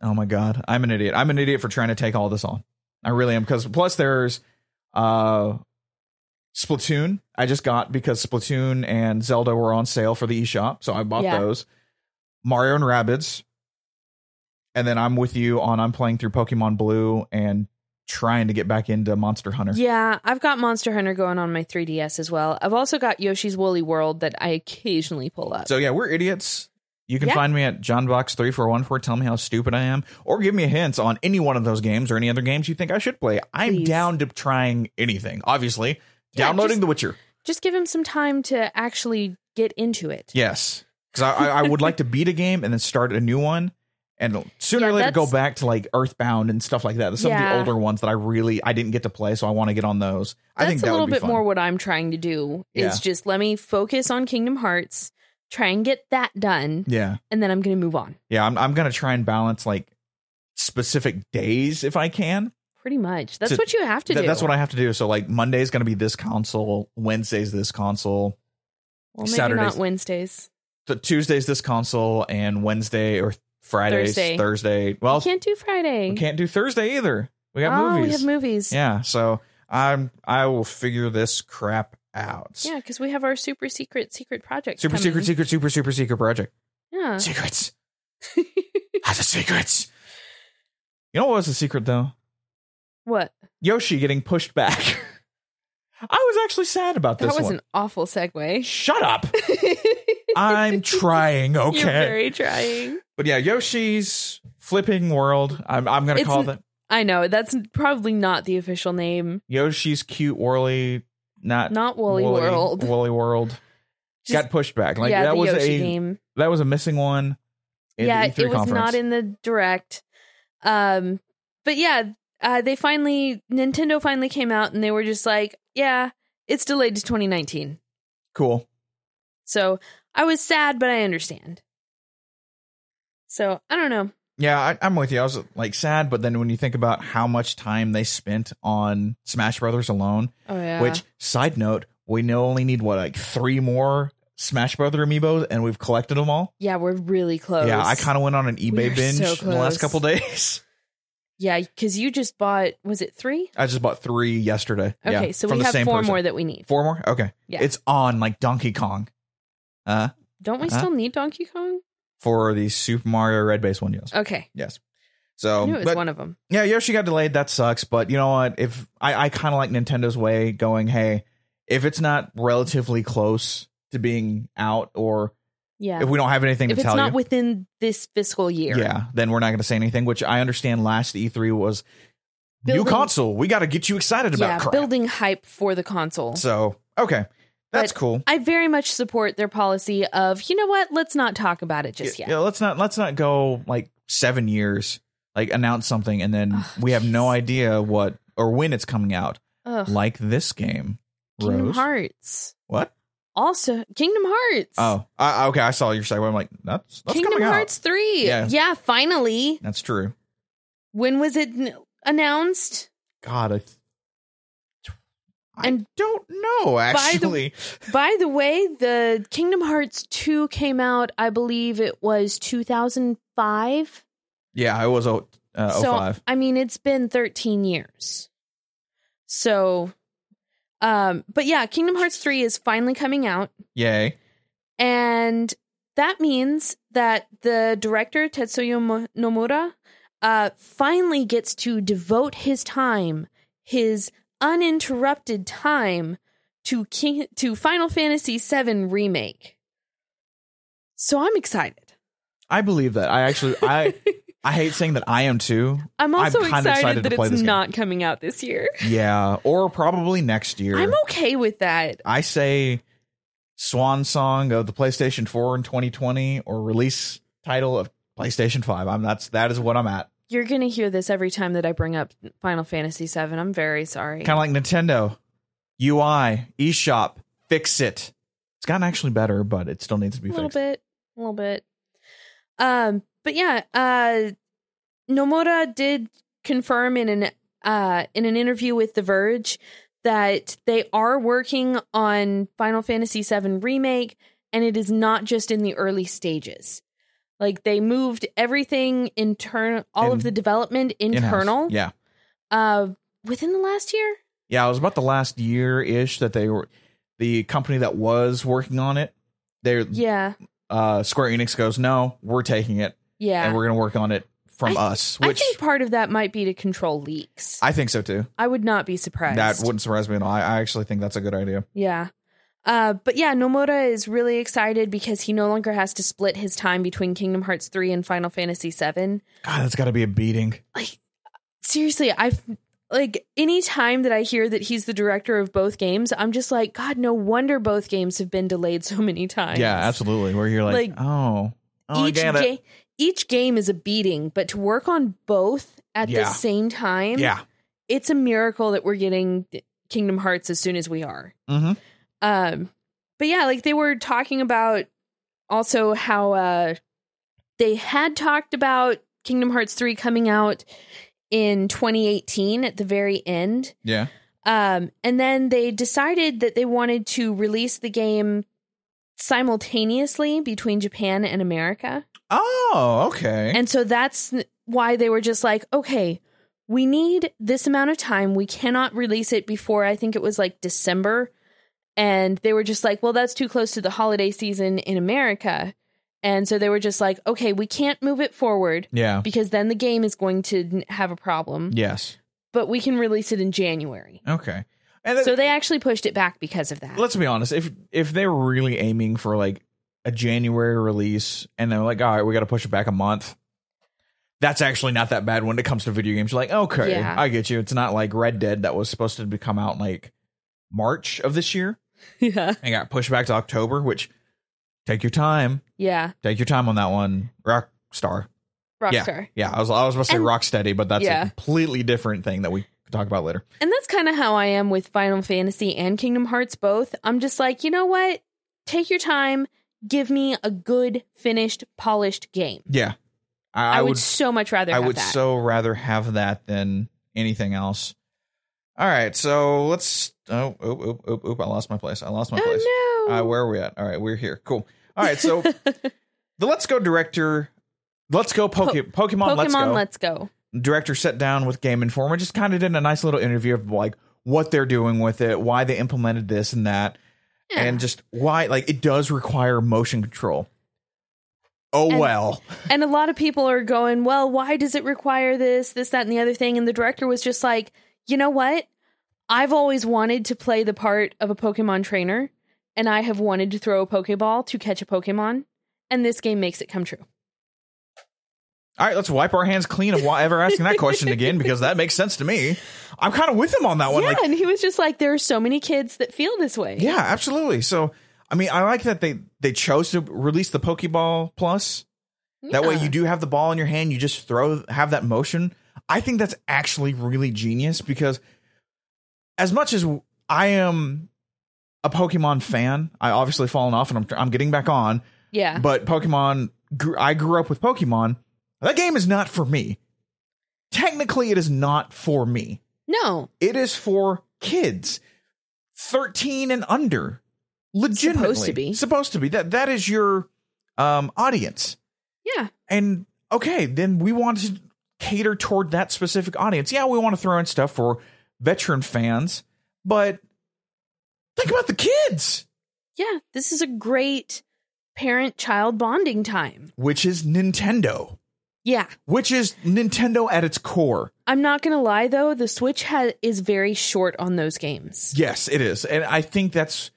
Oh my god, I'm an idiot. I'm an idiot for trying to take all this on. I really am because plus there's uh Splatoon. I just got because Splatoon and Zelda were on sale for the eShop, so I bought Yeah. those. Mario and Rabbids. And then I'm with you on I'm playing through Pokemon Blue and trying to get back into Monster Hunter. Yeah, I've got Monster Hunter going on my 3DS as well. I've also got Yoshi's Woolly World that I occasionally pull up. So yeah, we're idiots. You can Yeah. find me at johnbox3414. Tell me how stupid I am, or give me a hint on any one of those games or any other games you think I should play. I'm Please. down to trying anything. Obviously, Yeah, downloading just- The Witcher. Just give him some time to actually get into it. Yes, because I, I, I would like to beat a game and then start a new one, and sooner or Yeah, later go that's- back to like Earthbound and stuff like that. There's some Yeah. of the older ones that I really I didn't get to play, so I want to get on those. I That's think that a little would be bit fun. more what I'm trying to do is Yeah. just let me focus on Kingdom Hearts, try and get that done, Yeah. and then I'm going to move on. Yeah, I'm I'm gonna try and balance like specific days if I can. Pretty much. That's To- what you have to Th- do. That's what I have to do. So like Monday's going to be this console, Wednesday's this console, well, maybe Saturdays- not Wednesdays. th- Tuesday's this console, and Wednesday or Friday's Thursday. Thursday. Well, You can't do Friday. we can't do Thursday either. We got oh, movies. we have movies. Yeah, so I'm I will figure this crap out. Yeah, because we have our super secret secret project. Super coming. secret, secret, super super secret project. Yeah. Secrets. That's a secret. You know what was the secret though? what? Yoshi getting pushed back. I was actually sad about That this was one. an awful segue. Shut up. okay. I'm trying, okay? You're very trying. But yeah, Yoshi's flipping world. I'm I'm gonna It's call n- that I know that's probably not the official name. Yoshi's cute whirly, not Not Woolly World. Woolly world Just- got pushed back. Like yeah, that the was Yoshi a game. that was a missing one. in the yeah, E3 it was conference. not in the direct. Um, but yeah, uh, they finally Nintendo finally came out and they were just like, yeah, it's delayed to 2019. cool. So I was sad, but I understand. So I don't know. Yeah, I, I'm with you. I was like sad, but then when you think about how much time they spent on Smash Brothers alone, Oh yeah, which side note, we now only need what like three more Smash Brother amiibos, and we've collected them all. yeah, we're really close. Yeah, I kind of went on an eBay We are binge so in the last close. couple days. yeah, because you just bought was it three? I just bought three yesterday. Okay, yeah, so from we the have same four person. more that we need. Four more? Okay. Yeah. It's on like Donkey Kong. Uh Don't we Huh? still need Donkey Kong? for the Super Mario Red Base one, yes. Okay, Yes. I So knew it was Um, but one of them. yeah, Yoshi got delayed, that sucks. But you know what? If I, I kinda like Nintendo's way going, hey, if it's not relatively close to being out or Yeah, if we don't have anything if to it's tell not you. within this fiscal year, yeah, then we're not going to say anything. Which I understand. Last E3 was new Building- console. We got to get you excited about yeah, crap. building hype for the console. So okay, that's But cool. I very much support their policy of you know what, let's not talk about it just yeah, yet. yeah, let's not let's not go like seven years, like announce something and then Ugh, we have no jeez. idea what or when it's coming out. Ugh. Like this game, Kingdom Rose. Hearts. What? Also, Kingdom Hearts. Oh, I, okay. I saw your segue. I'm like, that's that's Kingdom coming Hearts 3. Yeah. finally. out. That's true. When was it n- announced? God, I, And- I don't know actually. By the way, the Kingdom Hearts 2 came out, I believe it was 2005. yeah, I was oh uh, oh so, five. I mean, it's been 13 years. So, um, but yeah, Kingdom Hearts 3 is finally coming out. Yay. And that means that the director, Tetsuya Mo- Nomura, uh, finally gets to devote his time, his uninterrupted time, to King- to Final Fantasy VII Remake. So I'm excited. I believe that. I actually I I hate saying that I am too. I'm also kinda excited, excited that to play this it's game. not coming out this year. Yeah, or probably next year. I'm okay with that. I say swan song of the PlayStation 4 in 2020 or release title of PlayStation 5. I'm that's that is what I'm at. You're gonna hear this every time that I bring up Final Fantasy VII. I'm very sorry. Kind of like Nintendo UI eShop fix it. It's gotten actually better, but it still needs to be a little fixed. bit a little bit um but yeah uh nomura did confirm in an uh in an interview with the verge that they are working on final fantasy VII remake and it is not just in the early stages like they moved everything internal all In- of the development In-house. internal Yeah. uh within the last year Yeah, it was about the last year ish that they were the company that was working on it. They are yeah uh Square Enix goes, "No, we're taking it yeah and we're going to work on it from I th- us," which i think part of that might be to control leaks i, I think so too. would not be surprised That wouldn't surprise me at all. I, I actually think that's a good idea. Yeah. Uh, but yeah, Nomura is really excited because he no longer has to split his time between Kingdom Hearts 3 and Final Fantasy 7. God, that's got to be a beating. Seriously, I've like any time that I hear that he's the director of both games, I'm just like, God, no wonder both games have been delayed so many times. Yeah, absolutely. Where you're like, Like, oh, oh, I each, get it. ga- each game is a beating, but to work on both at Yeah. the same time, yeah. it's a miracle that we're getting Kingdom Hearts as soon as we are. Mm-hmm. Um, but yeah, like they were talking about also how uh they had talked about Kingdom Hearts 3 coming out in 2018 at the very end. Yeah. Um, and then they decided that they wanted to release the game simultaneously between Japan and America. Oh, okay. And so that's n- why they were just like, okay, we need this amount of time. We cannot release it before I think it was like December. And they were just like, well, that's too close to the holiday season in America. And so they were just like, okay, we can't move it forward yeah. because then the game is going to n- have a problem, Yes. but we can release it in January. Okay. And So so they actually pushed it back because of that. let's be honest. If if they were really aiming for like a January release, and they're like, all right, we got to push it back a month. That's actually not that bad when it comes to video games. You're like, okay, Yeah. I get you. It's not like Red Dead that was supposed to be- come out in like March of this year yeah. and got pushed back to October. Which take your time, Yeah. take your time on that one, Rockstar. Rockstar. Yeah, I was I was about to say And- Rocksteady, but that's Yeah. a completely different thing that we could talk about later. And that's kind of how I am with Final Fantasy and Kingdom Hearts both. I'm just like, you know what? Take your time. Give me a good, finished, polished game. Yeah, I, I, I would, would so much rather I have would that. so rather have that than anything else. All right, so let's. Oh, oop, oop, oop, oop! I lost my place. I lost my place. oh no! Uh, where are we at? All right, we're here. Cool. All right, so the Let's Go director, Let's Go Poke- Pokemon, Pokemon, Let's Go Let's Go. director sat down with Game Informer, just kind of did a nice little interview of like what they're doing with it, why they implemented this and that. Yeah. and just why like it does require motion control oh And- well and a lot of people are going, well, why does it require this, this, that, and the other thing? And the director was just like, you know what? I've always wanted to play the part of a Pokemon trainer, and I have wanted to throw a Pokeball to catch a Pokemon, and this game makes it come true. all right let's wipe our hands clean of why ever asking that question again because that makes sense to me i'm kind of with him on that one yeah, like and he was just like, there are so many kids that feel this way. yeah absolutely so i mean i like that they they chose to release the pokeball plus that way Yeah. you do have the ball in your hand you just throw have that motion i think that's actually really genius because as much as i am a pokemon fan i obviously fallen off and i'm, I'm getting back on yeah, but Pokemon, gr- I grew up with Pokemon. That game is not for me. Technically, it is not for me. no, It is for kids. 13 and under. Legitimately Supposed to be. Supposed to be. That that is your um audience. Yeah. And okay, then we want to cater toward that specific audience. Yeah, we want to throw in stuff for veteran fans, but think about the kids, Yeah. This is a great parent child bonding time. which is Nintendo, Yeah. which is Nintendo at its core. I'm not going to lie though, the Switch has is very short on those games. Yes, it is, and I think that's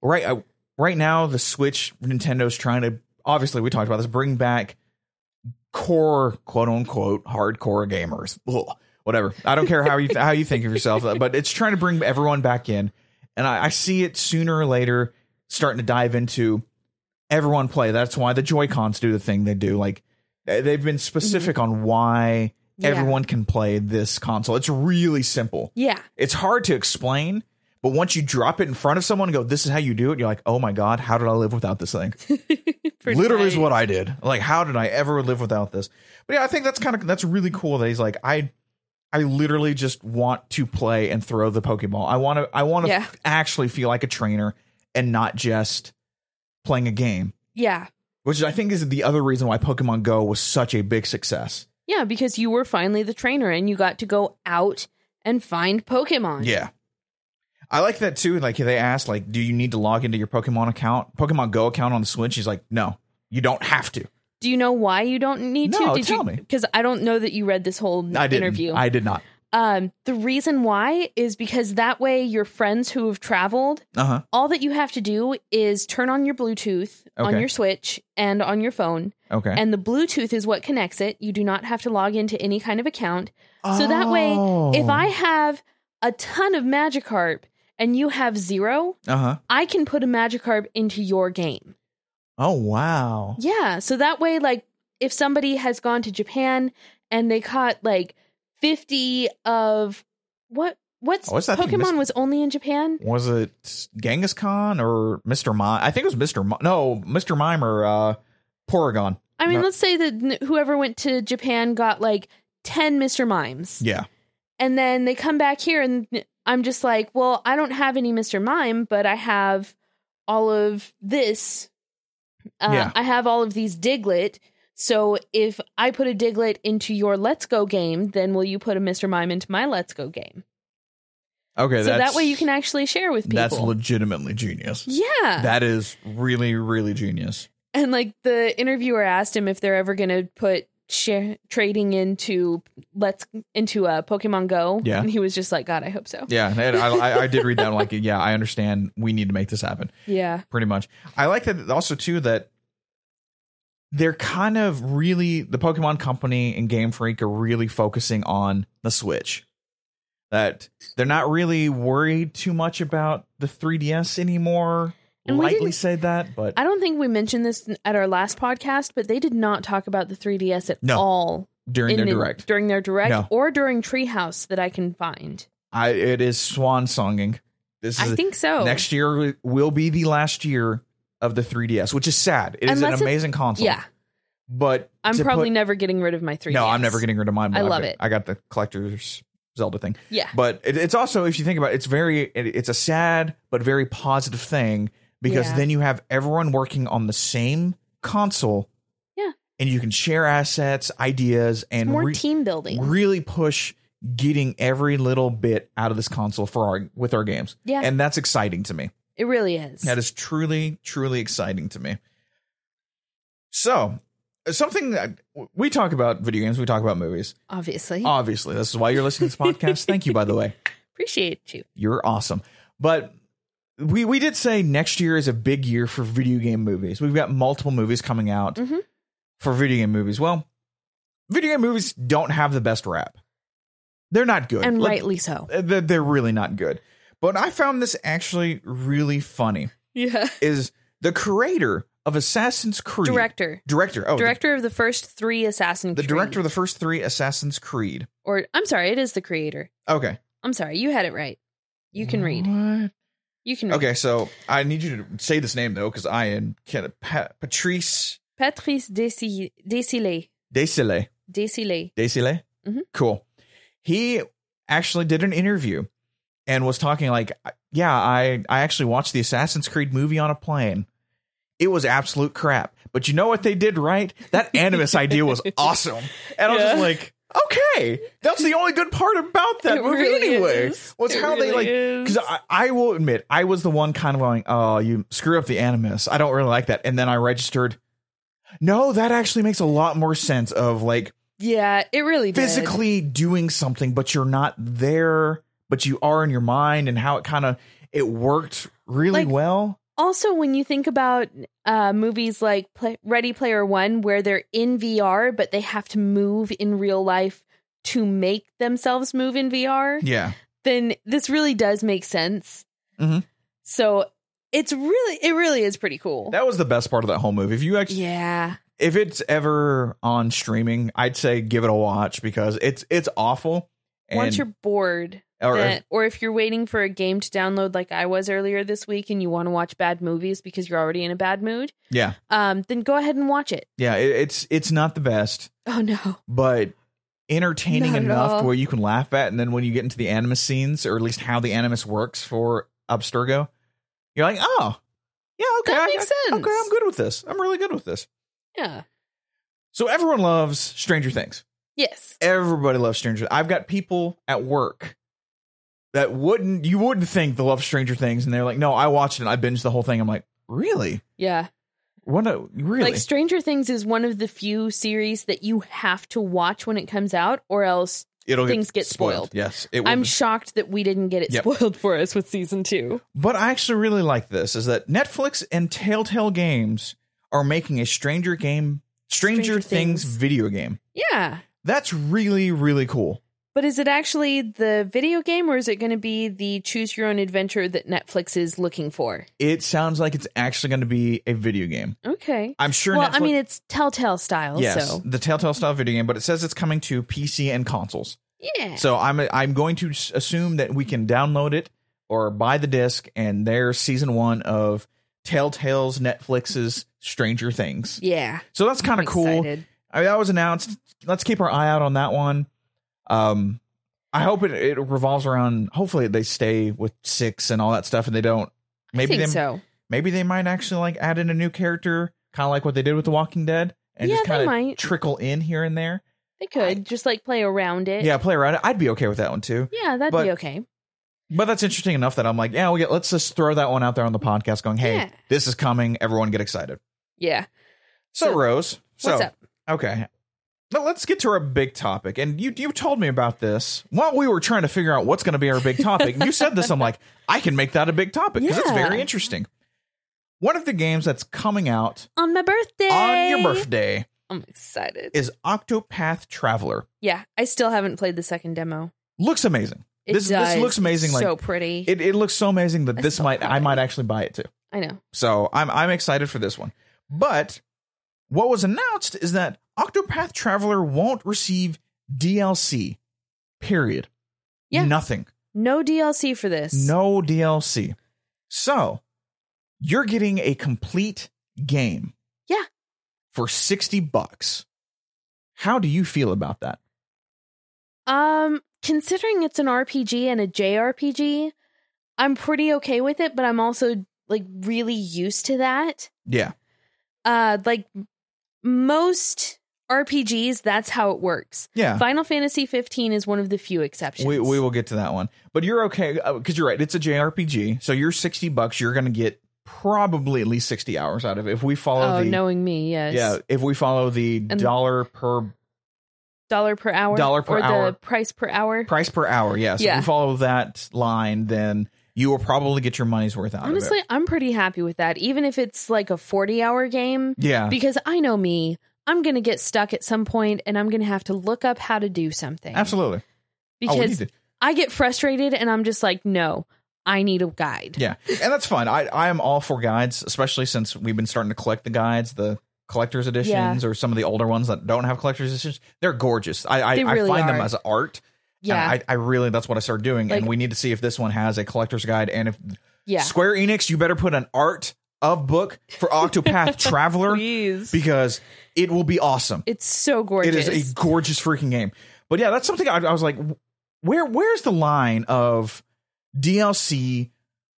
right. I, right now, the Switch, Nintendo's trying to obviously we talked about this, bring back core, quote unquote, hardcore gamers. Ugh, whatever. I don't care how you how you think of yourself, uh, but it's trying to bring everyone back in, and I, I see it sooner or later starting to dive into everyone play. That's why the Joy Cons do the thing they do. Like they- they've been specific on why. Yeah. Everyone can play this console. It's really simple Yeah. it's hard to explain but once you drop it in front of someone and go this is how you do it you're like oh my god how did i live without this thing Pretty literally is much. what i did like how did i ever live without this but yeah i think that's kind of that's really cool that he's like i i literally just want to play and throw the pokeball i want to i want to Yeah. actually feel like a trainer and not just playing a game Yeah. which i think is the other reason why pokemon go was such a big success Yeah, because you were finally the trainer and you got to go out and find Pokemon. Yeah. I like that too. Like they asked, like, do you need to log into your Pokemon account, Pokemon Go account on the Switch? He's like, no, you don't have to. Do you know why you don't need to? No, Did tell you, me. Because I don't know that you read this whole I didn't. interview. I did not. um, the reason why is because that way your friends who have traveled, Uh huh. all that you have to do is turn on your Bluetooth on Okay. your Switch and on your phone, Okay. and the Bluetooth is what connects it. You do not have to log into any kind of account. So that way, Oh. If I have a ton of Magikarp and you have zero, uh huh. I can put a Magikarp into your game. Oh wow. Yeah. So that way, like, if somebody has gone to Japan and they caught like 50 of what? What's Oh, what's that thing, Pokemon Mr. was only in Japan? Was it Genghis Khan or Mr. Mime? I think it was Mr. Mi- no, Mr. Mime or uh, Porygon. I mean, No. let's say that n- whoever went to Japan got like 10 Mr. Mimes. Yeah. And then they come back here and I'm just like, well, I don't have any Mr. Mime, but I have all of this. Uh, Yeah. I have all of these Diglett. So if I put a Diglett into your Let's Go game, then will you put a Mr. Mime into my Let's Go game? Okay. so that that's- way you can actually share with people. That's legitimately genius. yeah. That is really, really genius. and like the interviewer asked him if they're ever going to put share trading into let's into uh, Pokemon Go. Yeah. And he was just like, God, I hope so. Yeah, and I, I, I did read that. I'm like, yeah, I understand. We need to make this happen. Yeah. pretty much. I like that also too that they're kind of really the Pokemon Company and Game Freak are really focusing on the Switch. That they're not really worried too much about the 3DS anymore. And we Lightly didn't- said that, but I don't think we mentioned this at our last podcast, but they did not talk about the 3DS at No. all during in their the- direct, during their direct No. or during Treehouse that I can find. I it is swan songing. This is I think so. next year will be the last year of the 3DS, which is sad. It is an Unless it- amazing console. yeah, but I'm to probably put- never getting rid of my 3DS. no, I'm never getting rid of mine. but I I've love got- it. I got the collector's Zelda thing. Yeah, But it, it's also, if you think about it, it's very, it, it's a sad but very positive thing because Yeah. then you have everyone working on the same console. Yeah. And you can share assets, ideas, and more re- team building. really push getting every little bit out of this console for our with our games. yeah, And that's exciting to me. it really is. That is truly, truly exciting to me. So, something that we talk about video games, we talk about movies. Obviously, Obviously, this is why you're listening to this podcast. Thank you, by the way appreciate you. you're awesome. But we we did say next year is a big year for video game movies. We've got multiple movies coming out Mhm. for video game movies. Well, video game movies don't have the best rap. They're not good. And Like, rightly so. uh, They're they're really not good. But I found this actually really funny. Yeah. Is the creator of Assassin's Creed Director. director? Oh, the- Director of the first three Assassin the, Creed. director of the first three Assassin's Creed. Or, I'm sorry, it is the creator. Okay, I'm sorry, you had it right. You can read. What? You can read. Mm. Okay, so I need you to say this name though, because I am can pa- Patrice Patrice Desi- Desilets. Desilets. Desilets. Desilets. Mhm. Cool. He actually did an interview and was talking like, yeah, I I actually watched the Assassin's Creed movie on a plane. It was absolute crap. But you know what they did right? That Animus idea was awesome. And I was just Yeah. like, okay, that's the only good part about that It movie really anyway. is. Was It how they really like is. because I, I will admit I was the one kind of going, oh, you screw up the Animus. I don't really like that. And then I registered. No, that actually makes a lot more sense of like Yeah, it really did. physically doing something, but you're not there, but you are in your mind, and how it kind of it worked really Like- well. Also, when you think about uh, movies like Play- Ready Player One, where they're in VR but they have to move in real life to make themselves move in VR, Yeah, then this really does make sense. Mhm. So it's really, it really is pretty cool. that was the best part of that whole movie. If you actually, yeah, if it's ever on streaming, I'd say give it a watch because it's it's awful. And, once you're bored, or if- that- or if you're waiting for a game to download, like I was earlier this week, and you want to watch bad movies because you're already in a bad mood, yeah, um, then go ahead and watch it. yeah, it, it's it's not the best. Oh no, but entertaining Not at enough all. to where you can laugh at and then when you get into the animus scenes or at least how the animus works for abstergo you're like oh yeah okay that I- makes I- sense. okay i'm good with this i'm really good with this Yeah. so everyone loves stranger things Yes. everybody loves stranger i've got people at work that wouldn't you wouldn't think they love stranger things and they're like no i watched it and i binged the whole thing i'm like really Yeah. what a, really Like Stranger Things is one of the few series that you have to watch when it comes out, or else it'll things get spoiled. yes it will I'm be- shocked that we didn't get it Yep. spoiled for us with season two. But I actually really like this is that Netflix and Telltale Games are making a Stranger Game Stranger, Stranger Things. Things. video game. Yeah. That's really really cool. But is it actually the video game or is it going to be the choose your own adventure that Netflix is looking for? It sounds like it's actually going to be a video game. Okay. I'm sure well, Netflix I mean, it's Telltale style. yes, So, the Telltale style video game, but it says it's coming to PC and consoles. yeah. So I'm I'm going to s- assume that we can download it or buy the disc and there's season 1 of Telltale's Netflix's Stranger Things. yeah. So that's kind I'm of cool. excited. I mean, that was announced. Let's keep our eye out on that one. Um, I hope it, it revolves around. Hopefully, they stay with six and all that stuff, and they don't. Maybe I think they so. maybe they might actually like add in a new character, kind of like what they did with The Walking Dead, and Yeah, just they kind of might. trickle in here and there. They could just like play around it. Yeah, play around. I'd be okay with that one too. Yeah, that'd But- be okay. But that's interesting enough that I'm like, yeah, we get, let's just throw that one out there on the podcast. Going, hey, Yeah. this is coming. Everyone get excited. Yeah. So, So, Rose, so What's up? Okay. But let's get to our big topic. And you you told me about this while we were trying to figure out what's going to be our big topic. you said this, I'm like, I can make that a big topic because it's Yeah. very interesting. One of the games that's coming out On my birthday. on your birthday I'm excited. is Octopath Traveler. Yeah, I still haven't played the second demo. Looks amazing. It This- this does. looks amazing, It's like- so pretty. It it looks so amazing that I this still might I haven't. might actually buy it too. I know. So I'm I'm excited for this one. But what was announced is that Octopath Traveler won't receive DLC. Period. Yeah. Nothing. No DLC for this. No DLC. So you're getting a complete game. Yeah. For 60 bucks. How do you feel about that? Um, considering it's an RPG and a JRPG, I'm pretty okay with it, but I'm also like really used to that. Yeah. Uh like most RPGs, that's how it works. Yeah. Final Fantasy 15 is one of the few exceptions. We, we will get to that one. But you're okay because you're right. It's a JRPG. So you're 60 bucks. You're going to get probably at least 60 hours out of it. If we follow Oh, the. knowing me, yes. Yeah, if we follow the And- dollar per Dollar per hour. Dollar per or hour. the price per hour. price per hour, yes. If Yeah. we follow that line, then you will probably get your money's worth out Honestly, of I'm pretty happy with that. Even if it's like a 40 hour game, it. Yeah, because I know me, I'm going to get stuck at some point and I'm going to have to look up how to do something. absolutely. Oh, we Because need to- I get frustrated and I'm just like, no, I need a guide. yeah, and that's fine. I I am all for guides, especially since we've been starting to collect the guides, the collector's editions, or some of the older ones that don't have collector's editions. They're gorgeous. I I, They I really find them are. as art. Yeah. and I, I really that's what I started doing, and Like- we need to see if this one has a collector's guide, and if yeah. Square Enix, you better put an art of book for Octopath Traveler. Please. because it will be awesome. it's so It gorgeous. is a gorgeous freaking game. But yeah, that's something I, I was like, where where's the line of DLC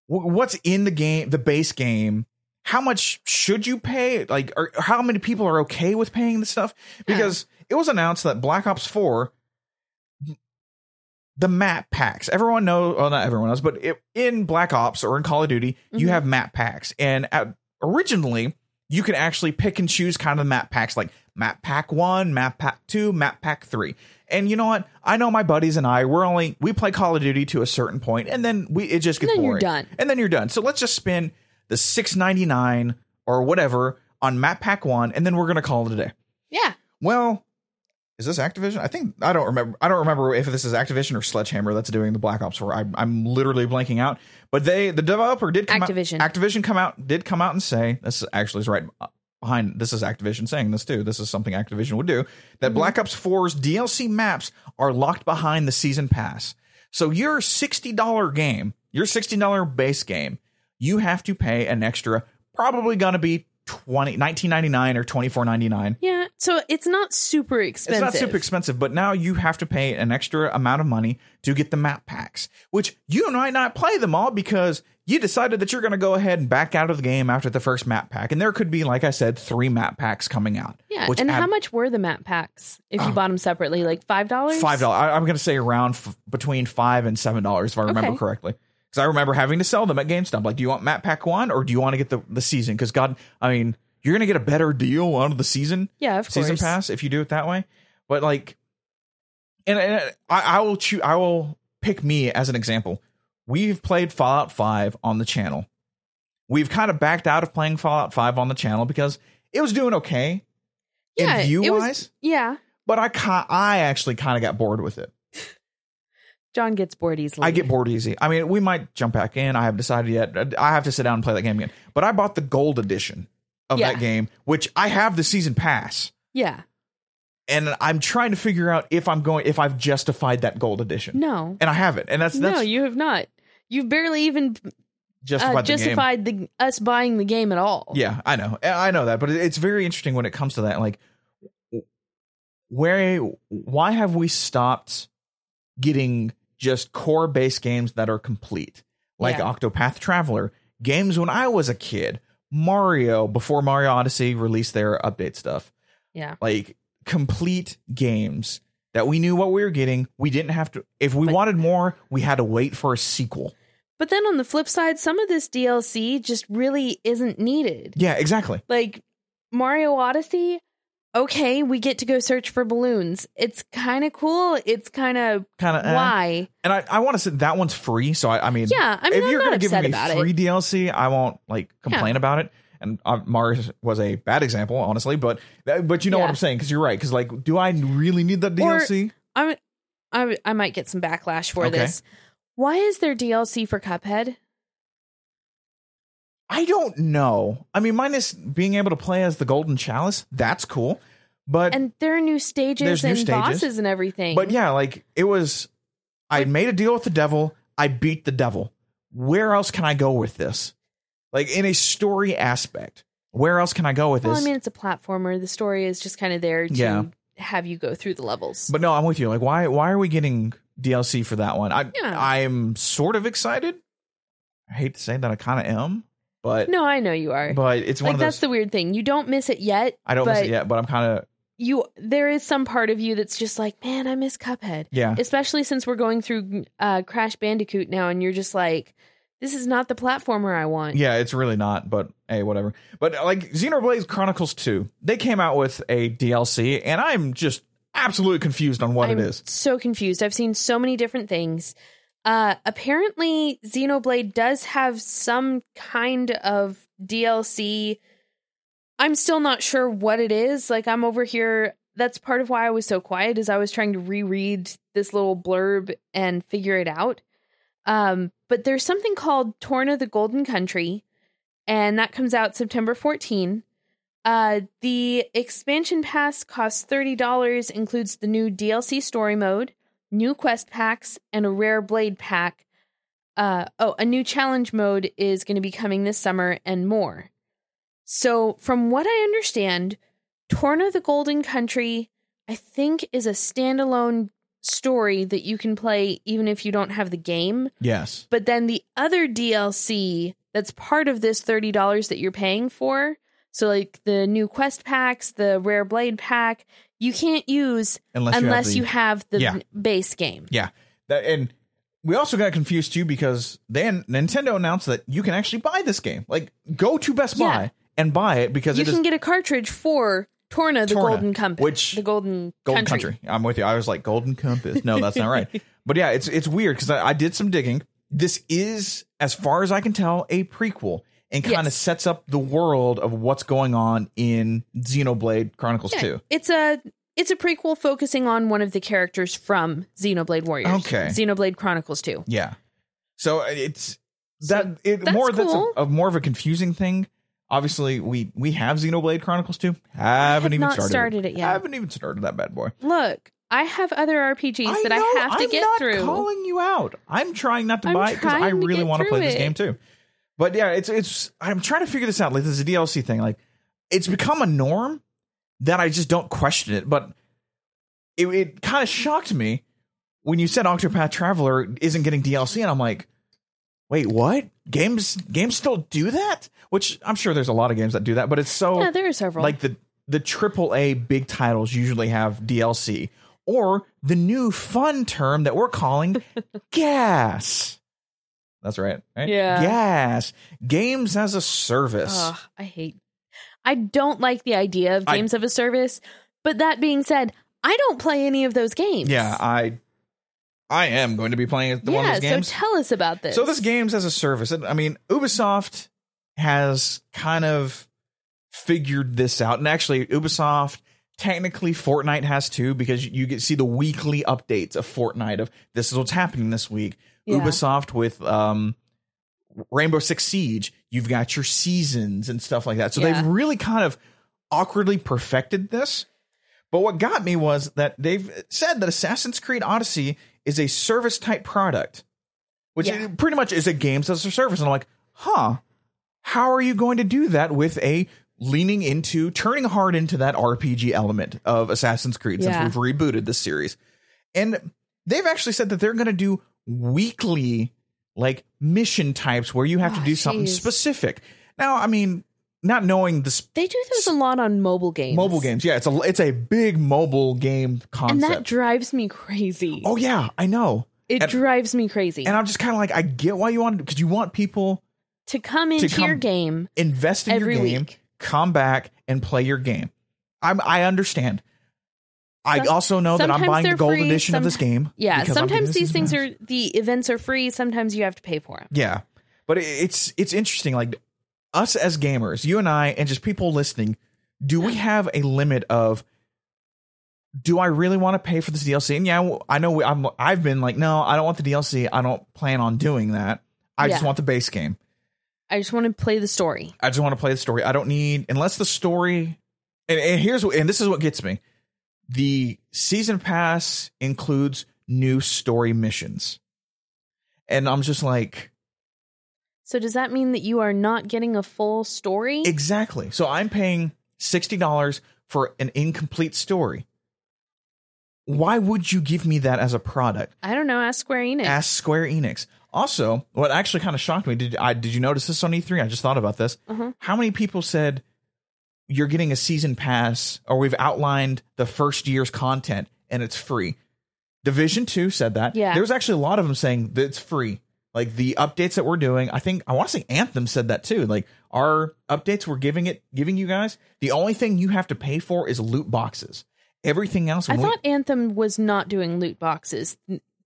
wh- what's in the game, the base game? How much should you pay? Like, are, how many people are okay with paying this stuff? Because it was announced that Black Ops Four, the map packs. Everyone knows, well, not everyone knows, but it, in Black Ops or in Call of Duty, you Mhm. have map packs, and at, originally you could actually pick and choose kind of map packs, like map pack one, map pack two, map pack three. And you know what? I know my buddies and I we're only we play Call of Duty to a certain point, and then we it just And gets then boring. you're done. And then you're done. So let's just spend the six ninety nine or whatever on map pack one, and then we're gonna call it a day. Yeah. Well, is this Activision? I think I don't remember. I don't remember if this is Activision or Sledgehammer that's doing the Black Ops 4. I, I'm literally blanking out. But they, the developer did come Activision. Out, Activision come out did come out and say this actually is right uh, behind. This is Activision saying this too. This is something Activision would do. That Mhm. Black Ops 4's DLC maps are locked behind the season pass. So your sixty dollar game, your sixty dollar base game, you have to pay an extra, probably gonna be. 20 19.99 or 24.99 Yeah. So it's not super expensive. it's not super expensive, but now you have to pay an extra amount of money to get the map packs, which you might not play them all because you decided that you're going to go ahead and back out of the game after the first map pack. And there could be, like I said, three map packs coming out. Yeah. which And add- how much were the map packs if you Oh. bought them separately? Like $5? Five dollars. I'm going to say around f- between five and seven dollars if I remember Okay. correctly. Because I remember having to sell them at GameStop. Like, do you want map pack one or do you want to get the the season? Because God, I mean, you're going to get a better deal out of the season Yeah, of season course. pass if you do it that way. But like, and, and I, I will choose. I will pick me as an example. We've played Fallout Five on the channel. We've kind of backed out of playing Fallout Five on the channel because it was doing okay Yeah, in view it was- wise, Yeah. but I ca- I actually kind of got bored with it. John gets bored easily. I get bored easy. I mean, we might jump back in. I haven't decided yet. I have to sit down and play that game again. But I bought the gold edition of Yeah. that game, which I have the season pass. Yeah. and I'm trying to figure out if I'm going if I've justified that gold edition, No. and I haven't, and that's that's No, you have not. You've barely even justified uh, the game. justified the, us buying the game at all. Yeah, I know, I know that, but it- it's very interesting when it comes to that. Like, where why have we stopped getting just core base games that are complete, like Yeah. Octopath Traveler, games when I was a kid, Mario before Mario Odyssey released their update stuff. Yeah. like complete games that we knew what we were getting. We didn't have to if we But- wanted more, we had to wait for a sequel. But then on the flip side, some of this DLC just really isn't needed. Yeah, exactly. Like Mario Odyssey, okay, we get to go search for balloons. It's kind of cool. It's kind of Kind of why? eh. and I, I want to say that one's free, so I, I mean Yeah, I mean, if I'm you're not going to give upset me about free it. DLC, I won't like complain about it. And uh, Mars was a bad example, honestly, but that- but you know what Yeah. I'm saying because you're right. Because like, do I really need that Or- DLC? I'm, I, I might get some backlash for Okay. this. Why is there DLC for Cuphead? I don't know. I mean, minus being able to play as the Golden Chalice, that's cool. But And there are new There's stages new and stages. bosses and everything. But yeah, like it was I made a deal with the devil, I beat the devil. Where else can I go with this? Like in a story aspect, where else can I go with well, this? I mean, it's a platformer. The story is just kind of there to Yeah. have you go through the levels. but no, I'm with you. Like why why are we getting DLC for that one? I Yeah. I'm sort of excited. I hate to say that I kind of am, but no, I know you are. but it's one like of that's those the weird thing. You don't miss it yet. I don't miss but- it yet, but I'm kind of You there is some part of you that's just like, man, I miss Cuphead. yeah. Especially since we're going through uh, Crash Bandicoot now, and you're just like, this is not the platformer I want. Yeah, it's really not, but hey, whatever. But like Xenoblade Chronicles 2, they came out with a DLC, and I'm just absolutely confused on what I'm it is. So confused. I've seen so many different things. Uh, apparently, Xenoblade does have some kind of DLC. I'm still not sure what it is. Like, I'm over here. That's part of why I was so quiet is I was trying to reread this little blurb and figure it out. Um, but there's something called Torn of the Golden Country, and that comes out September 14. Uh, the expansion pass costs $30, includes the new DLC story mode, new quest packs, and a rare blade pack. Uh, oh, a new challenge mode is going to be coming this summer and more. So, from what I understand, Torna the Golden Country, I think, is a standalone story that you can play even if you don't have the game. Yes. But then the other DLC that's part of this $30 that you're paying for, so like the new quest packs, the rare blade pack, you can't use Unless, unless you you have have the, Yeah. base game. the, that, and we also got confused too because then Nintendo announced that you can actually buy this game. Like go to Best Yeah. Buy and buy it because You it can is get a cartridge for Torna the Torna, Golden Compass, which- the Golden, Golden Country. I'm with you. I was like Golden Compass. No, that's not right. But yeah, it's it's weird because I, I did some digging. This is, as far as I can tell, a prequel and kind of Yes. sets up the world of what's going on in Xenoblade Chronicles Yeah, Two. It's a it's a prequel focusing on one of the characters from Xenoblade Warriors. Okay. Xenoblade Chronicles 2. Yeah. So uh, it's So that it that's more that's cool. a, a more of a confusing thing. Obviously, we we have Xenoblade Chronicles Two. Haven't have even not started. started it yet. Haven't even started that bad boy. Look, I have other RPGs that know, I have to I'm get not through. Calling you out. I'm trying not to I'm buy it because I trying to really get want to play through this it. game too. But yeah, it's it's. I'm trying to figure this out. Like this is a DLC thing. Like it's become a norm that I just don't question it. But it, it kind of shocked me when you said Octopath Traveler isn't getting DLC, and I'm like, wait, what? Games games still do that? Which I'm sure there's a lot of games that do that, but it's so yeah, there are several. Oh, like the the triple A big titles usually have DLC or the new fun term that we're calling gas. That's right. right? Yeah. Gas. Games as a service. Ugh, I hate. I don't like the idea of I- games of a service. But that being said, I don't play any of those games. yeah, I I am going to be playing the one of yeah. those games. So tell us about this. So this games as a service. and, I mean, Ubisoft has kind of figured this out, and actually, Ubisoft technically Fortnite has too because you get see the weekly updates of Fortnite of this is what's happening this week. Yeah. Ubisoft with um, Rainbow Six Siege, you've got your seasons and stuff like that. So Yeah. they've really kind of awkwardly perfected this. But what got me was that they've said that Assassin's Creed Odyssey is a service type product, which Yeah. pretty much is a games as a service. And I'm like, huh, how are you going to do that with a leaning into, turning hard into that RPG element of Assassin's Creed Yeah. since we've rebooted this series? And they've actually said that they're going to do weekly like mission types where you have to Oh, do something geez. specific. Now, I mean, not knowing the sp- they do those a lot on mobile games. mobile games, yeah, it's a it's a big mobile game and concept. that drives me crazy. oh yeah, I know, it and- drives me crazy. and I'm just kind of like, I get why you want because you want people to come to into come your game invest in every your game, week. come back and play your game. I'm I understand. I Some- also know that I'm sometimes buying the they're gold free, edition of this game. Yeah, because I'm getting sometimes this these as things well. are the events are free. Sometimes you have to pay for them. Yeah. But it- it's it's interesting like us as gamers, you and I and just people listening, do we have a limit of do I really want to pay for this DLC? And yeah, well, I know we, I'm I've been like no, I don't want the DLC. I don't plan on doing that. I just Yeah. want the base game. I just want to play the story. I just want to play the story. I don't need unless the story and, and here's what and this is what gets me. The season pass includes new story missions. And I'm just like So does that mean that you are not getting a full story? Exactly. So I'm paying sixty dollars for an incomplete story. Why would you give me that as a product? I don't know. Ask Square Enix. Ask Square Enix. Also, what actually kind of shocked me did I did you notice this on E3? I just thought about this. Uh-huh. How many people said you're getting a season pass, or we've outlined the first year's content and it's free? Division Two said that. Yeah. there was actually a lot of them saying that it's free. Like the updates that we're doing, I think I want to say Anthem said that too. Like our updates we're giving it, giving you guys, the only thing you have to pay for is loot boxes. Everything else, I when we- thought Anthem was not doing loot boxes.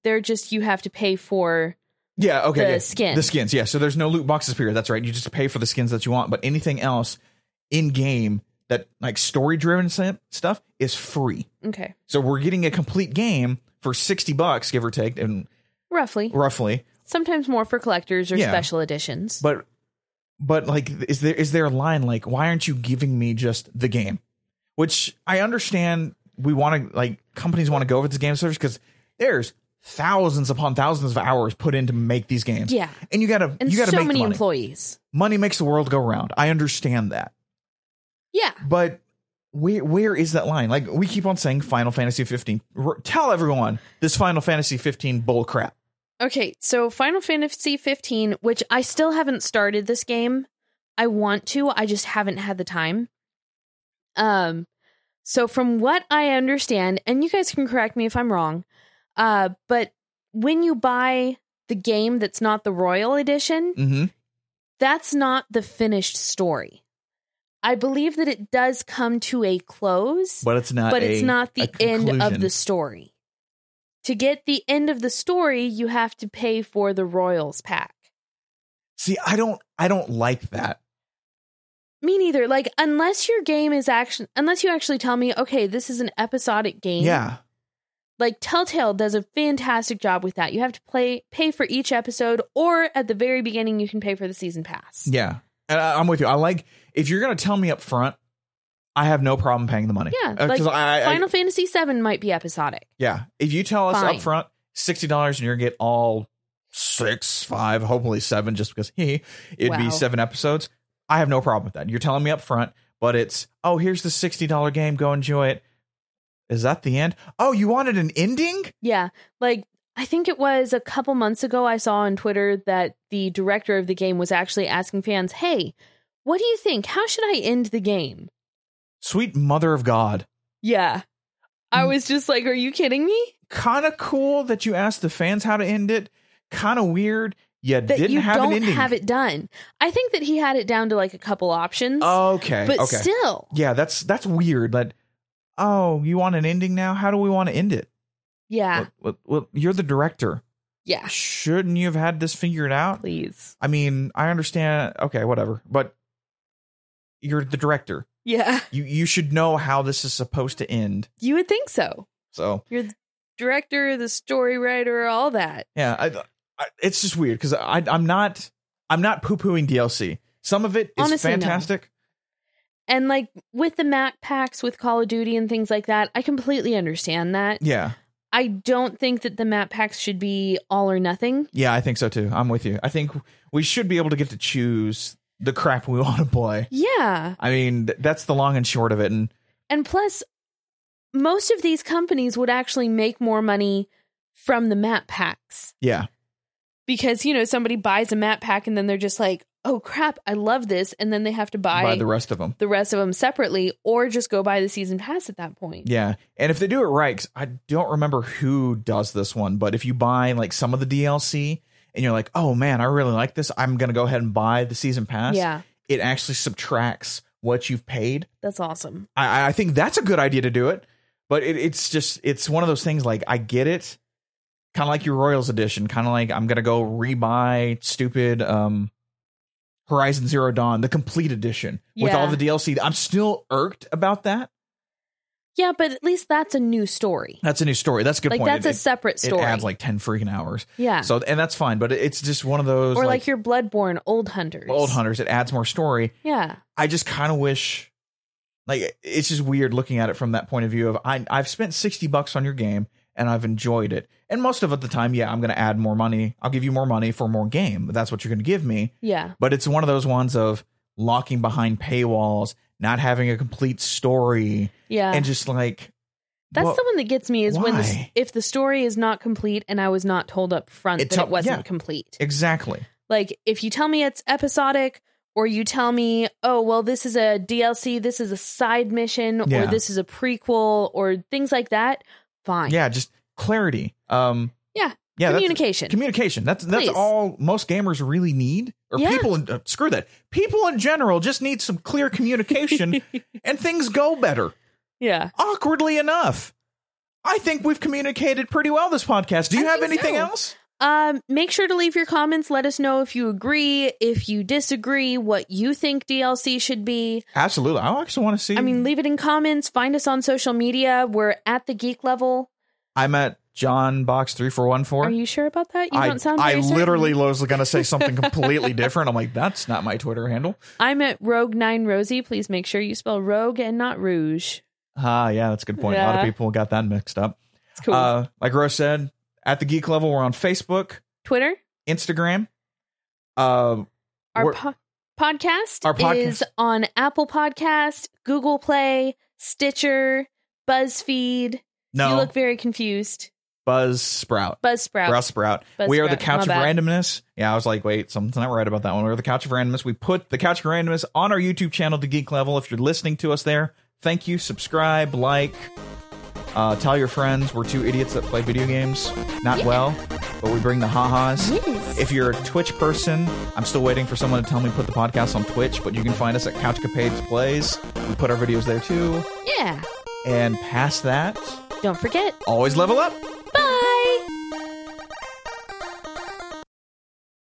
They're just you have to pay for. Yeah, okay. the yeah. skin. The skins, yeah. So there's no loot boxes period. That's right. You just pay for the skins that you want, but anything else in game that like story driven stuff is free. Okay, So we're getting a complete game for 60 bucks give or take and roughly. roughly. Sometimes more for collectors or Yeah. special editions. But but like is there is there a line like why aren't you giving me just the game? Which I understand we want to like companies want to go over this game service cuz there's thousands upon thousands of hours put in to make these games. yeah, And you got to and you got to so make many the money. employees. money makes the world go round. I understand that. Yeah, But where where is that line? Like we keep on saying Final Fantasy 15. R- tell everyone this Final Fantasy 15 bull crap. Okay, so Final Fantasy 15, which I still haven't started this game. I want to, I just haven't had the time. Um so from what I understand, and you guys can correct me if I'm wrong, uh but when you buy the game that's not the Royal Edition, Mm-hmm. that's not the finished story. I believe that it does come to a close, But it's not. but a, it's not the a end of conclusion. the story. To get the end of the story, you have to pay for the Royals pack. See, I don't. I don't like that. Me neither. Like unless your game is action unless you actually tell me, okay, this is an episodic game. Yeah. Like Telltale does a fantastic job with that. You have to play pay for each episode or at the very beginning you can pay for the season pass. Yeah. And I, I'm with you. I like if you're gonna tell me up front, I have no problem paying the money. Yeah, Uh, 'cause like, I, I- Final Fantasy 7 might be episodic. yeah. If you tell us Fine. up front sixty dollars and you're gonna get all six, five, hopefully seven, just because he it'd Wow. be seven episodes. I have no problem with that. You're telling me up front, but it's oh here's the sixty dollar game. Go enjoy it. Is that the end? Oh, you wanted an ending? Yeah. Like, I think it was a couple months ago I saw on Twitter that the director of the game was actually asking fans, hey, what do you think? How should I end the game? Sweet mother of God. Yeah. I was just like, are you kidding me? Kind of cool that you asked the fans how to end it. Kind of weird. You That didn't you have an don't ending. have it done. I think that he had it down to like a couple options. Okay. but Oh, okay. still, yeah, that's that's weird. But oh, you want an ending now? How do we want to end it? yeah. Well, well, well, you're the director. Yeah. Shouldn't you have had this figured out? Please. I mean, I understand. Okay, whatever. But you're the director. Yeah. You you should know how this is supposed to end. You would think so. So You're the director, the story writer, all that. yeah, I, I, it's just weird because I I'm not I'm not poo pooing DLC. Some of it is Honestly, no. fantastic. And like with the Mac packs with Call of Duty and things like that, I completely understand that. Yeah, I don't think that the map packs should be all or nothing. yeah, I think so too. I'm with you. I think we should be able to get to choose the crap we want to play. Yeah. I mean, th- that's the long and short of it. And And plus, most of these companies would actually make more money from the map packs yeah, because, you know, somebody buys a map pack and then they're just like, oh crap, I love this. And then they have to buy, by the the-, rest of them. rest of them separately or just go buy the season pass at that point. Yeah. And if they do it right, 'cause I don't remember who does this one, but if you buy like some of the DLC and you're like, oh man, I really like this, I'm going to go ahead and buy the season pass, Yeah. it actually subtracts what you've paid. That's awesome. I, I think that's a good idea to do it, but it, it's just, it's one of those things like, I get it. Kind of like your Royals edition, kind of like I'm going to go rebuy stupid um, Horizon Zero Dawn, the complete edition with Yeah. all the DLC. I'm still irked about that. Yeah, but at least that's a new story. That's a new story. That's a good like point. that's It- a separate story. It adds like ten freaking hours. yeah, So and that's fine, but it's just one of those or like, like, your Bloodborne Old Hunters. old hunters. It adds more story. Yeah, I just kind of wish, like, it's just weird looking at it from that point of view of I I've spent sixty bucks on your game and I've enjoyed it. And most of it the time, yeah, I'm going to add more money. I'll give you more money for more game. That's what you're going to give me. yeah, But it's one of those ones of locking behind paywalls, not having a complete story, yeah. and just like that's what- the one that gets me is when the, why? if the story is not complete and I was not told up front It that tell- it wasn't yeah. complete. exactly. Like if you tell me it's episodic or you tell me, oh well, this is a DLC, this is a side mission, Yeah. or this is a prequel, or things like that. Fine. Yeah, just clarity. Um, Yeah. yeah, that's- Communication. communication that's that's Please. all most gamers really need or Yeah. people in, uh, screw that people in general just need some clear communication and things go better yeah. awkwardly enough i think we've communicated pretty well this podcast do you I have think anything so. else Um, make sure to leave your comments. Let us know if you agree, if you disagree, what you think DLC should be. absolutely i actually want to see I mean, leave it in comments. Find us on social media. We're at the geek level. i'm at john box Are 3414 you sure about that? You I, don't sound. I very certain. literally was going to say something completely different. I'm like, that's not my Twitter handle. I'm at Rogue Nine Rosie. Please make sure you spell Rogue and not Rouge. Ah, yeah, that's a good point. A lot of Yeah. people got that mixed up. It's cool. Uh, like Rose said, at the geek level, we're on Facebook, Twitter. Instagram. Uh, Our we're- po- podcast Our podcast- is on Apple Podcast, Google Play, Stitcher, BuzzFeed. No, You look very confused. Buzz Sprout. Buzzsprout. Bruss Sprout. Buzz we are Sprout, the couch of my bad. randomness. Yeah, I was like, wait, something's not right about that one. We're the couch of randomness. We put the couch of randomness on our YouTube channel, The Geek Level. If you're listening to us there, thank you. Subscribe, like, uh, tell your friends. We're two idiots that play video games. Not Yeah. well, but we bring the ha-has. Yes. If you're a Twitch person, I'm still waiting for someone to tell me to put the podcast on Twitch, but you can find us at Couch Capades Plays. We put our videos there too. yeah. And past that, Don't forget, always level up.